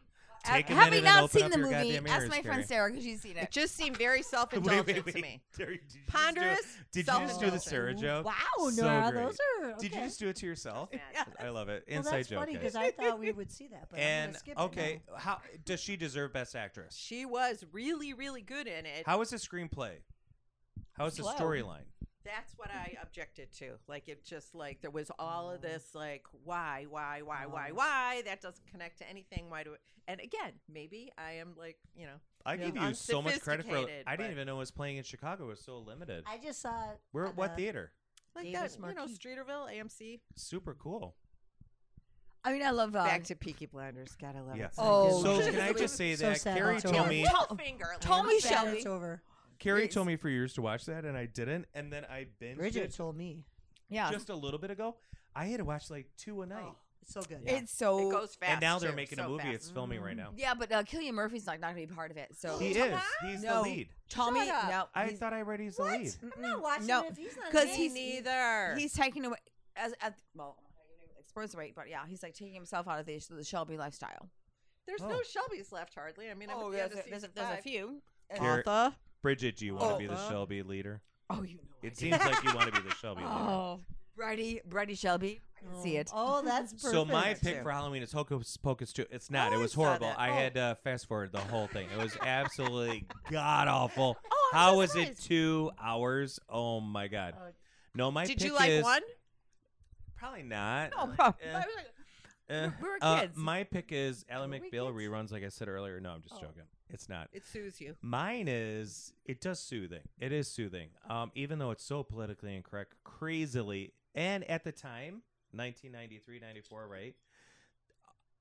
S3: Uh,
S1: Take a minute
S3: have we
S1: and
S3: not
S1: open
S3: seen
S1: up
S3: the
S1: your
S3: movie?
S1: goddamn
S3: Ask
S1: ears,
S3: my
S1: Carrie.
S3: friend Sarah because she's seen
S4: It
S3: it.
S4: just seemed very
S1: Wait,
S4: self-indulgent
S1: wait,
S4: to
S1: wait.
S4: me.
S1: Terry, did you just do-
S4: Ponderous.
S1: Did you just do the
S4: self-indulgent.
S1: Sarah joke?
S2: Wow,
S1: So
S2: Nora,
S1: great.
S2: Oh, those are. Okay.
S1: Did you just do it to yourself? I love it.
S2: well,
S1: Inside
S2: that's
S1: joke.
S2: funny
S1: guys.
S2: because I thought we would see that, but I'm
S1: and
S2: gonna skip
S1: okay,
S2: It
S1: how does she deserve Best Actress?
S4: She was really, really good in it.
S1: How is the screenplay? How is the
S3: Slow.
S1: storyline?
S4: That's what I objected to. Like it just like there was all
S3: Oh.
S4: of this like why, why, why, why, why? That doesn't connect to anything. Why do it? And again, maybe I am like you know
S1: I
S4: Yeah.
S1: give you so much credit for.
S4: Unsophisticated,
S1: I didn't
S4: but-
S1: even know it was playing in Chicago. It was so limited.
S2: now. I uh, just saw. it
S1: We're
S2: on
S1: at what
S2: the-
S1: theater?
S4: like
S3: Davis
S4: that. You know,
S3: Marquis.
S4: Streeterville, AMC.
S1: Super cool.
S3: I mean, I love um,
S4: Back to Peaky Blinders. Gotta love
S1: Yeah.
S4: it.
S3: Oh,
S1: so
S3: shit.
S1: can I just say
S2: So
S1: that
S2: sad
S1: Carrie
S2: it's
S1: told
S2: over.
S1: me
S4: finger.
S3: Tommy
S2: I'm sad
S3: Shelby.
S2: It's over.
S1: Carrie
S3: It's-
S1: told me for years to watch that, and I didn't. And then I binged
S2: Bridget
S1: it
S2: told me.
S3: yeah.
S1: just a little bit ago. I had to watch like two a night,
S2: Oh, it's so good.
S3: It's so
S4: It goes fast.
S1: and now they're
S4: too,
S1: making a
S4: so
S1: movie.
S4: fast.
S1: It's filming right now.
S3: yeah, but uh, Killian Murphy's like not gonna be part of it. So
S1: He is. He's
S3: No.
S1: the lead.
S3: Tommy,
S4: Shut up.
S3: no,
S1: I
S3: he's-
S1: thought I read he's the lead.
S2: I'm not watching
S3: No,
S2: it if he's not.
S3: 'cause
S2: in it.
S4: Me
S3: he's-
S4: neither.
S3: he's taking away as at well. I'm not gonna give you Spoilers away, but yeah, he's like taking himself out of the, the Shelby lifestyle.
S4: there's
S1: Oh.
S4: no Shelby's left hardly. I mean,
S3: Oh,
S4: I'm at the end of season five.
S3: few.
S1: Carrie-
S4: Arthur.
S1: Bridget, do you want to
S4: Oh.
S1: be the
S4: Uh-huh.
S1: Shelby leader?
S3: Oh, you know. I
S1: It
S3: do.
S1: seems like you want to be the Shelby leader.
S3: Oh, Brady, Brady Shelby. I can see it.
S2: Oh, that's perfect.
S1: So my
S4: Perfect.
S1: pick for Halloween is Hocus Pocus 2. It's not. it
S4: I
S1: was
S4: saw
S1: horrible.
S4: that.
S1: I
S4: Oh.
S1: had to fast forward the whole thing. It was absolutely god awful.
S3: Oh, I'm
S1: How
S3: so
S1: was it
S3: surprised.
S1: two hours? Oh my god.
S2: Oh.
S1: No, my
S4: Did
S1: pick eh.
S4: you like
S1: is-
S4: one?
S1: Probably not.
S3: No, bro.
S1: Eh,
S3: I was like,
S1: eh.
S3: we were
S1: Uh,
S3: kids.
S1: my pick is Ally
S3: Were we
S1: McBeal
S3: kids?
S1: reruns, like I said earlier. No, I'm just
S2: Oh.
S1: joking. It's not.
S4: It soothes you.
S1: Mine is it does soothing. It is soothing. Um, even though it's so politically incorrect, crazily, and at the time, 1993, 94, right?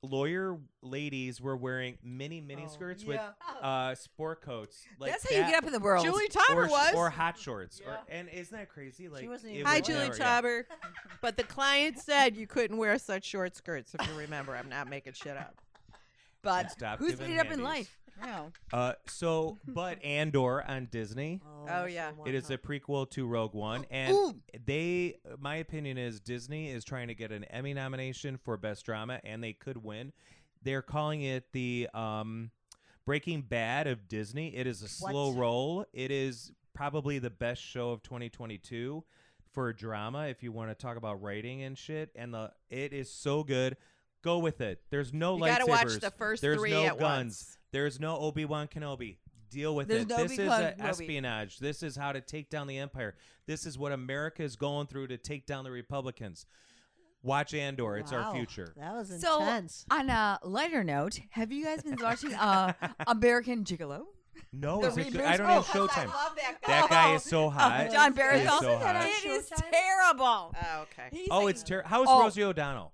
S1: Lawyer ladies were wearing mini mini skirts with
S2: Oh,
S1: uh sport coats. Like
S3: Oh, that's how you
S1: that,
S3: get up in the world.
S4: Julie
S1: or,
S4: Tauber
S1: sh-
S4: was.
S1: or hot shorts. Or, and isn't that crazy? Like
S2: wasn't
S1: it
S2: even
S1: was
S4: Hi,
S2: Whatever,
S4: Julie
S1: never- yeah.
S4: Tauber. But the client said you couldn't wear such short skirts, if you remember. I'm not making shit up.
S3: but
S1: Stop
S3: uh, who's
S1: giving
S3: made it up in
S1: handies.
S3: life? No.
S1: Uh, so, but Andor on Disney.
S4: Oh, yeah.
S1: It is a prequel to Rogue One, and
S3: Ooh.
S1: they, my opinion is Disney is trying to get an Emmy nomination for best drama, and they could win. They're calling it the um, Breaking Bad of Disney. It is a slow
S2: What?
S1: roll. It is probably the best show of 2022 for drama. If you want to talk about writing and shit, and the it is so good. Go with it. There's no
S4: You
S1: lightsabers.
S4: gotta watch the first
S1: There's
S4: three
S1: no guns.
S4: at once.
S1: There's no Obi Wan Kenobi. Deal with
S3: There's
S1: it.
S3: no
S1: this
S3: Obi
S1: is
S3: Wan
S1: a
S3: Kenobi.
S1: espionage. This is how to take down the empire. This is what America is going through to take down the Republicans. Watch Andor. It's our future.
S2: That was
S3: So-
S2: intense.
S3: On a lighter note, have you guys been watching uh, American Gigolo?
S1: No,
S3: The
S1: is it good?
S3: reboot?
S1: I don't
S3: Oh,
S1: have Showtime.
S4: that
S1: That guy is so hot.
S3: Uh, John
S1: He is
S3: Barathel.
S1: so
S2: Isn't
S1: hot.
S2: that on
S3: It is
S2: Showtime?
S3: terrible.
S4: Oh, okay.
S3: He's
S1: Oh,
S3: like,
S1: it's terrible. How's
S3: Oh. Mm-hmm.
S1: Rosie O'Donnell?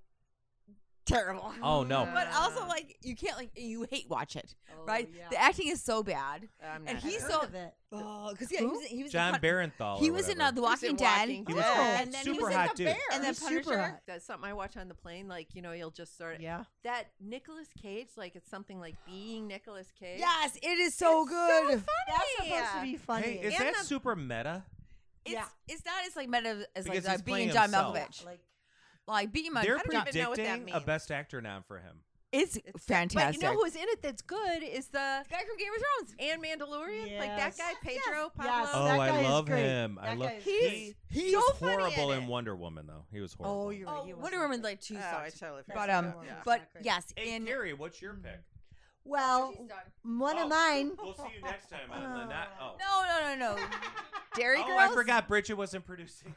S3: terrible.
S1: Oh no.
S3: But also, like, you can't like you hate watch it,
S4: Oh,
S3: right?
S2: yeah.
S3: The acting is so bad.
S4: I'm
S3: And
S4: not
S3: he's
S4: sure.
S3: so-
S2: of it.
S3: Oh, because yeah, he was he was the
S1: John
S3: pun-
S1: Barenthal.
S3: He
S1: or
S3: was in
S1: whatever.
S3: uh, The Walking
S4: in
S3: Dead,
S4: Walking
S1: He was
S4: Dead.
S1: cool.
S3: and then he
S1: Super
S3: was in
S1: hot
S3: the
S1: dude.
S3: bear.
S2: And
S4: And
S2: the
S4: the
S2: He's super
S4: Punisher.
S2: Punisher? hot.
S4: That's something I watch on the plane. Like you know, you'll just sort of
S2: Yeah.
S4: that Nicolas Cage. Like it's something like being Nicolas Cage.
S3: Yes, it is so good.
S2: That's supposed to be funny.
S1: Hey, is
S4: And
S1: that
S4: the-
S1: super meta?
S3: It's,
S2: Yeah.
S3: it's not as like meta as
S1: Because
S3: like
S1: he's
S3: uh, being
S1: playing
S3: John
S1: himself.
S2: Yeah,
S3: Malkovich.
S2: like
S3: Like being my
S1: They're
S3: John-
S4: even know what that
S1: predicting a
S4: means.
S1: best actor nom for him.
S3: It's
S4: But
S3: fantastic.
S4: you know who's in it? That's good. Is the
S3: The guy from Game of Thrones?
S4: and Mandalorian. Like
S2: Yes.
S4: that guy Pedro
S2: Yes.
S4: Pablo.
S2: Yes.
S1: Oh,
S2: That guy
S1: I
S2: is
S1: love
S2: great.
S1: him. I
S2: That
S1: love.
S2: guy is
S1: He
S2: great.
S1: he
S4: so
S1: was
S4: funny in
S1: horrible in,
S4: it.
S1: Wonder Woman though. He was horrible.
S2: oh, you're right.
S3: Oh,
S2: he was
S3: Wonder
S2: not
S3: Woman
S2: good.
S3: like two
S4: Oh, I
S3: sucks.
S4: totally forgot.
S3: But um,
S2: Wonder Woman's
S3: but
S2: not great.
S3: yes,
S1: Hey,
S3: in
S1: Carrie, what's your pick?
S2: Well, one
S1: Oh.
S2: of mine.
S1: We'll see you next time on the
S2: Oh.
S1: not. Oh,
S3: no, no, no, no, Dairy
S1: oh
S3: Girls.
S1: I forgot Bridget wasn't producing.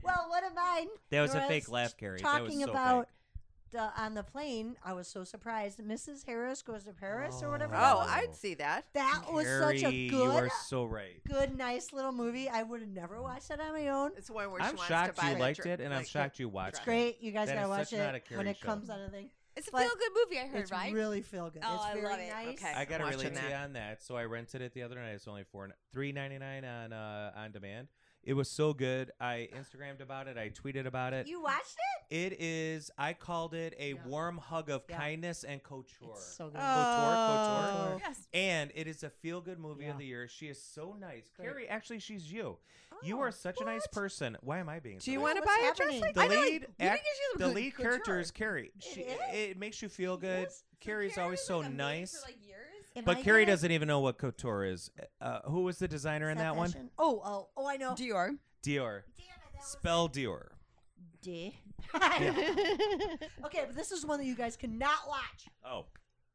S2: Well, one of mine.
S1: That was a
S2: Nora's
S1: fake laugh, Carrie. That was
S2: Talking
S1: so
S2: about
S1: fake.
S2: the, on the plane, I was so surprised. Mrs. Harris goes to Paris or whatever. that
S4: Oh,
S2: was.
S4: I'd see that.
S2: that was such
S1: Carrie,
S2: a
S1: You
S2: good,
S1: are so right.
S2: good, nice little movie. I would have never watched it on my own.
S4: It's the one where she
S1: I'm
S4: wants
S1: shocked
S4: to buy
S1: you
S4: the
S1: liked
S4: dr-
S1: it, and I'm
S4: like,
S1: shocked you watched
S4: dress.
S1: it.
S2: Great, you guys
S1: That
S2: gotta
S1: is
S2: watch
S1: such not a
S2: it when
S1: Carrie
S2: it
S1: show.
S2: comes on a thing.
S3: It's a
S2: But
S3: feel good movie. I heard
S2: It's
S3: right.
S2: really feel good.
S3: Oh,
S2: it's
S3: I
S2: very
S3: love it.
S2: nice.
S5: Okay.
S1: I gotta
S4: I'm
S1: relate
S4: watching
S1: to
S4: that.
S1: you on that. So I rented it the other night. It's only four three ninety nine on uh, on demand. It was so good. I Instagrammed about it. I tweeted about it.
S2: You watched it?
S1: it is. I called it a
S2: Yeah.
S1: warm hug of
S2: Yeah.
S1: kindness and couture.
S2: It's so good.
S1: Couture,
S4: Oh.
S2: couture.
S3: yes.
S1: and it is a feel good movie
S2: Yeah.
S1: of the year. She is so nice.
S2: Great.
S1: Carrie, actually, she's you. you
S2: Oh,
S1: are such a nice person. Why am I being? so
S4: Do you
S1: nice?
S4: want to
S2: What's
S4: buy a dress
S2: happening?
S4: like
S1: The
S4: that?
S3: know,
S1: lead,
S3: You
S1: act-
S3: think it's just
S1: the
S3: good-
S1: lead
S3: couture.
S1: character is Carrie. She,
S2: is?
S1: it, makes you feel good.
S2: is.
S1: Carrie's always so nice.
S2: Am I
S1: But Carrie
S2: good?
S1: doesn't even know what couture is. Uh, who was the designer in
S2: Fat
S1: that one?
S2: fashion. Oh, oh, oh! I know.
S3: Dior.
S1: Dior.
S2: Damn it, that was
S1: Spell Dior.
S2: D. okay, but this is one that you guys cannot watch.
S1: Oh.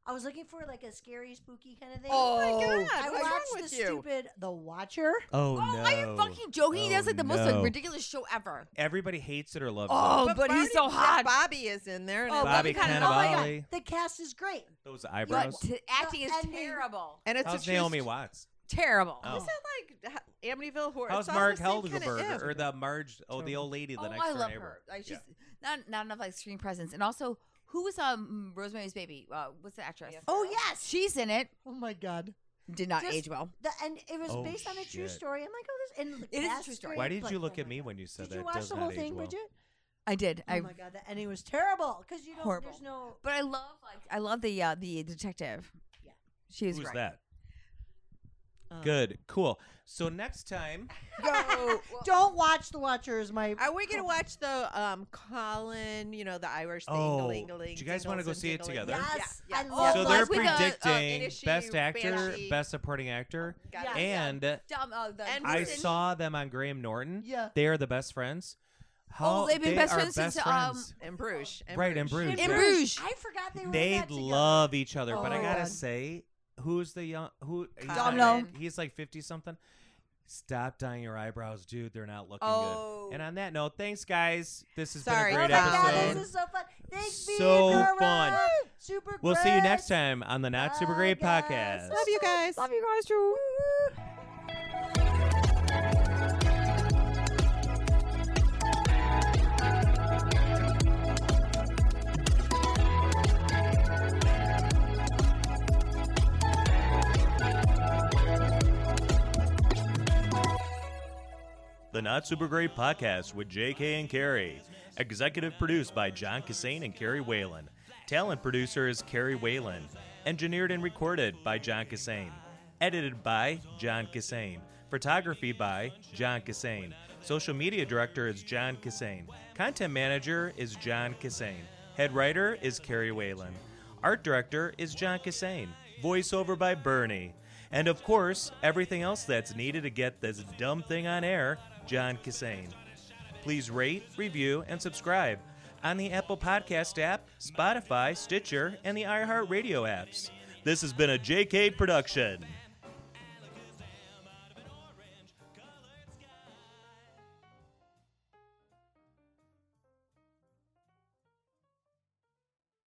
S2: I was looking for like a scary, spooky kind of thing.
S4: my
S2: I
S4: God! What's wrong
S2: watched the
S4: with you?
S2: stupid The Watcher.
S1: Oh,
S3: Oh,
S1: no.
S3: are you fucking joking?
S1: Oh,
S3: That's like the most like,
S1: no.
S3: ridiculous show ever.
S1: Everybody hates it or loves
S3: Oh,
S1: it.
S3: but he's so hot.
S4: Bobby is in there, and,
S3: Oh,
S4: I love
S1: Bobby
S4: it.
S2: Oh my God,
S1: Cannavale.
S2: the cast is great.
S1: Those eyebrows.
S3: But t- acting is
S2: ending-
S3: terrible.
S4: and it's a
S1: How's
S4: true
S1: Naomi
S4: st-
S1: Watts?
S3: Terrible.
S1: Oh.
S4: Is it like ha- Amityville Horror?
S1: How's
S4: It's all
S1: Mark
S4: the same kinda
S1: Helderberger
S4: ish.
S1: or the Marge? Oh, the
S2: Terrible.
S1: old lady, the
S3: Oh,
S1: next
S3: I
S1: door
S3: love
S1: neighbor.
S3: her. Like,
S1: Yeah.
S3: she's not not enough like screen presence, and also who was um Rosemary's Baby? Uh, what's the actress?
S2: Oh yes.
S3: she's in it.
S2: Oh my god.
S3: Did not
S2: Just-
S3: age well.
S2: The, and it was
S1: Oh,
S2: based on a true
S1: shit.
S2: story. I'm like, oh, this. And the
S3: It is a
S2: cast
S3: true story.
S1: Why
S2: great,
S1: did
S2: but-
S1: you
S2: oh
S1: look at
S2: my
S1: me
S2: God.
S1: when you said
S2: Did
S1: that?
S2: you watch
S1: does
S2: the
S1: not
S2: whole
S1: age
S2: thing,
S1: well.
S2: Bridget?
S3: I did.
S2: Oh
S3: I
S2: my god, the ending was terrible because you don't.
S3: Horrible.
S2: There's no.
S3: but I love like I love the uh, the detective.
S2: Yeah.
S3: she was
S1: Who's
S3: great.
S1: that?
S2: Uh,
S1: Good. Cool. So next time.
S3: Go-
S2: Don't watch The Watcher. Is my
S4: Are we gonna watch the um Colin? You know the Irish. The
S1: Oh,
S4: ingaling,
S1: do you guys wanna
S4: jingles
S1: go
S4: and
S1: see it
S4: jingling.
S1: together?
S2: yes.
S4: Yeah,
S2: I
S4: Oh, yeah.
S2: love
S1: so
S3: like
S1: they're
S2: Lost
S3: with the, uh,
S1: predicting
S4: Inishi
S1: best actor,
S4: Banshee.
S1: best supporting actor,
S4: Got
S2: Yeah.
S4: it.
S1: and
S3: Dumb, uh, the
S4: And
S1: I
S3: person-
S1: saw them on Graham Norton.
S2: Yeah.
S1: They are the best friends.
S3: Oh, they've been
S1: they
S3: best
S1: are
S3: friends since, um,
S1: friends.
S4: and Bruges. and
S1: Right, and Bruges.
S3: In
S1: yeah.
S3: Bruges.
S2: I forgot they were. in
S1: They
S2: that together.
S1: love each other,
S3: Oh
S1: but I
S3: my
S1: gotta
S3: God.
S1: say, who's the young who? He's,
S4: Colin.
S1: not-
S4: Domino.
S1: he's like fifty something. Stop dyeing your eyebrows, dude. They're not looking
S3: Oh.
S1: good. And on that note, thanks guys. This has
S4: Sorry.
S1: been
S2: Oh
S1: a
S2: my
S1: great
S2: god,
S1: episode.
S2: this is so fun. Thanks, Bea,
S1: So
S2: Nora,
S1: fun.
S2: Super.
S1: we'll see you next
S2: Chris.
S1: time on the Not Super
S2: Bye,
S1: Great
S2: guys.
S1: podcast.
S4: Love you guys.
S3: Love you guys too.
S1: The Not Super Great Podcast with JK and Carrie. Executive produced by John Cassane and Carrie Whalen. Talent producer is Carrie Whalen. Engineered and recorded by John Cassane. Edited by John Cassane. Photography by John Cassane. Social media director is John Cassane. Content manager is John Cassane. Head writer is Carrie Whalen. Art director is John Cassane. Voiceover by Bernie. And of course, everything else that's needed to get this dumb thing on air, John Cassane. Please rate, review, and subscribe on the Apple Podcast app, Spotify, Stitcher, and the iHeartRadio apps. This has been a JK production.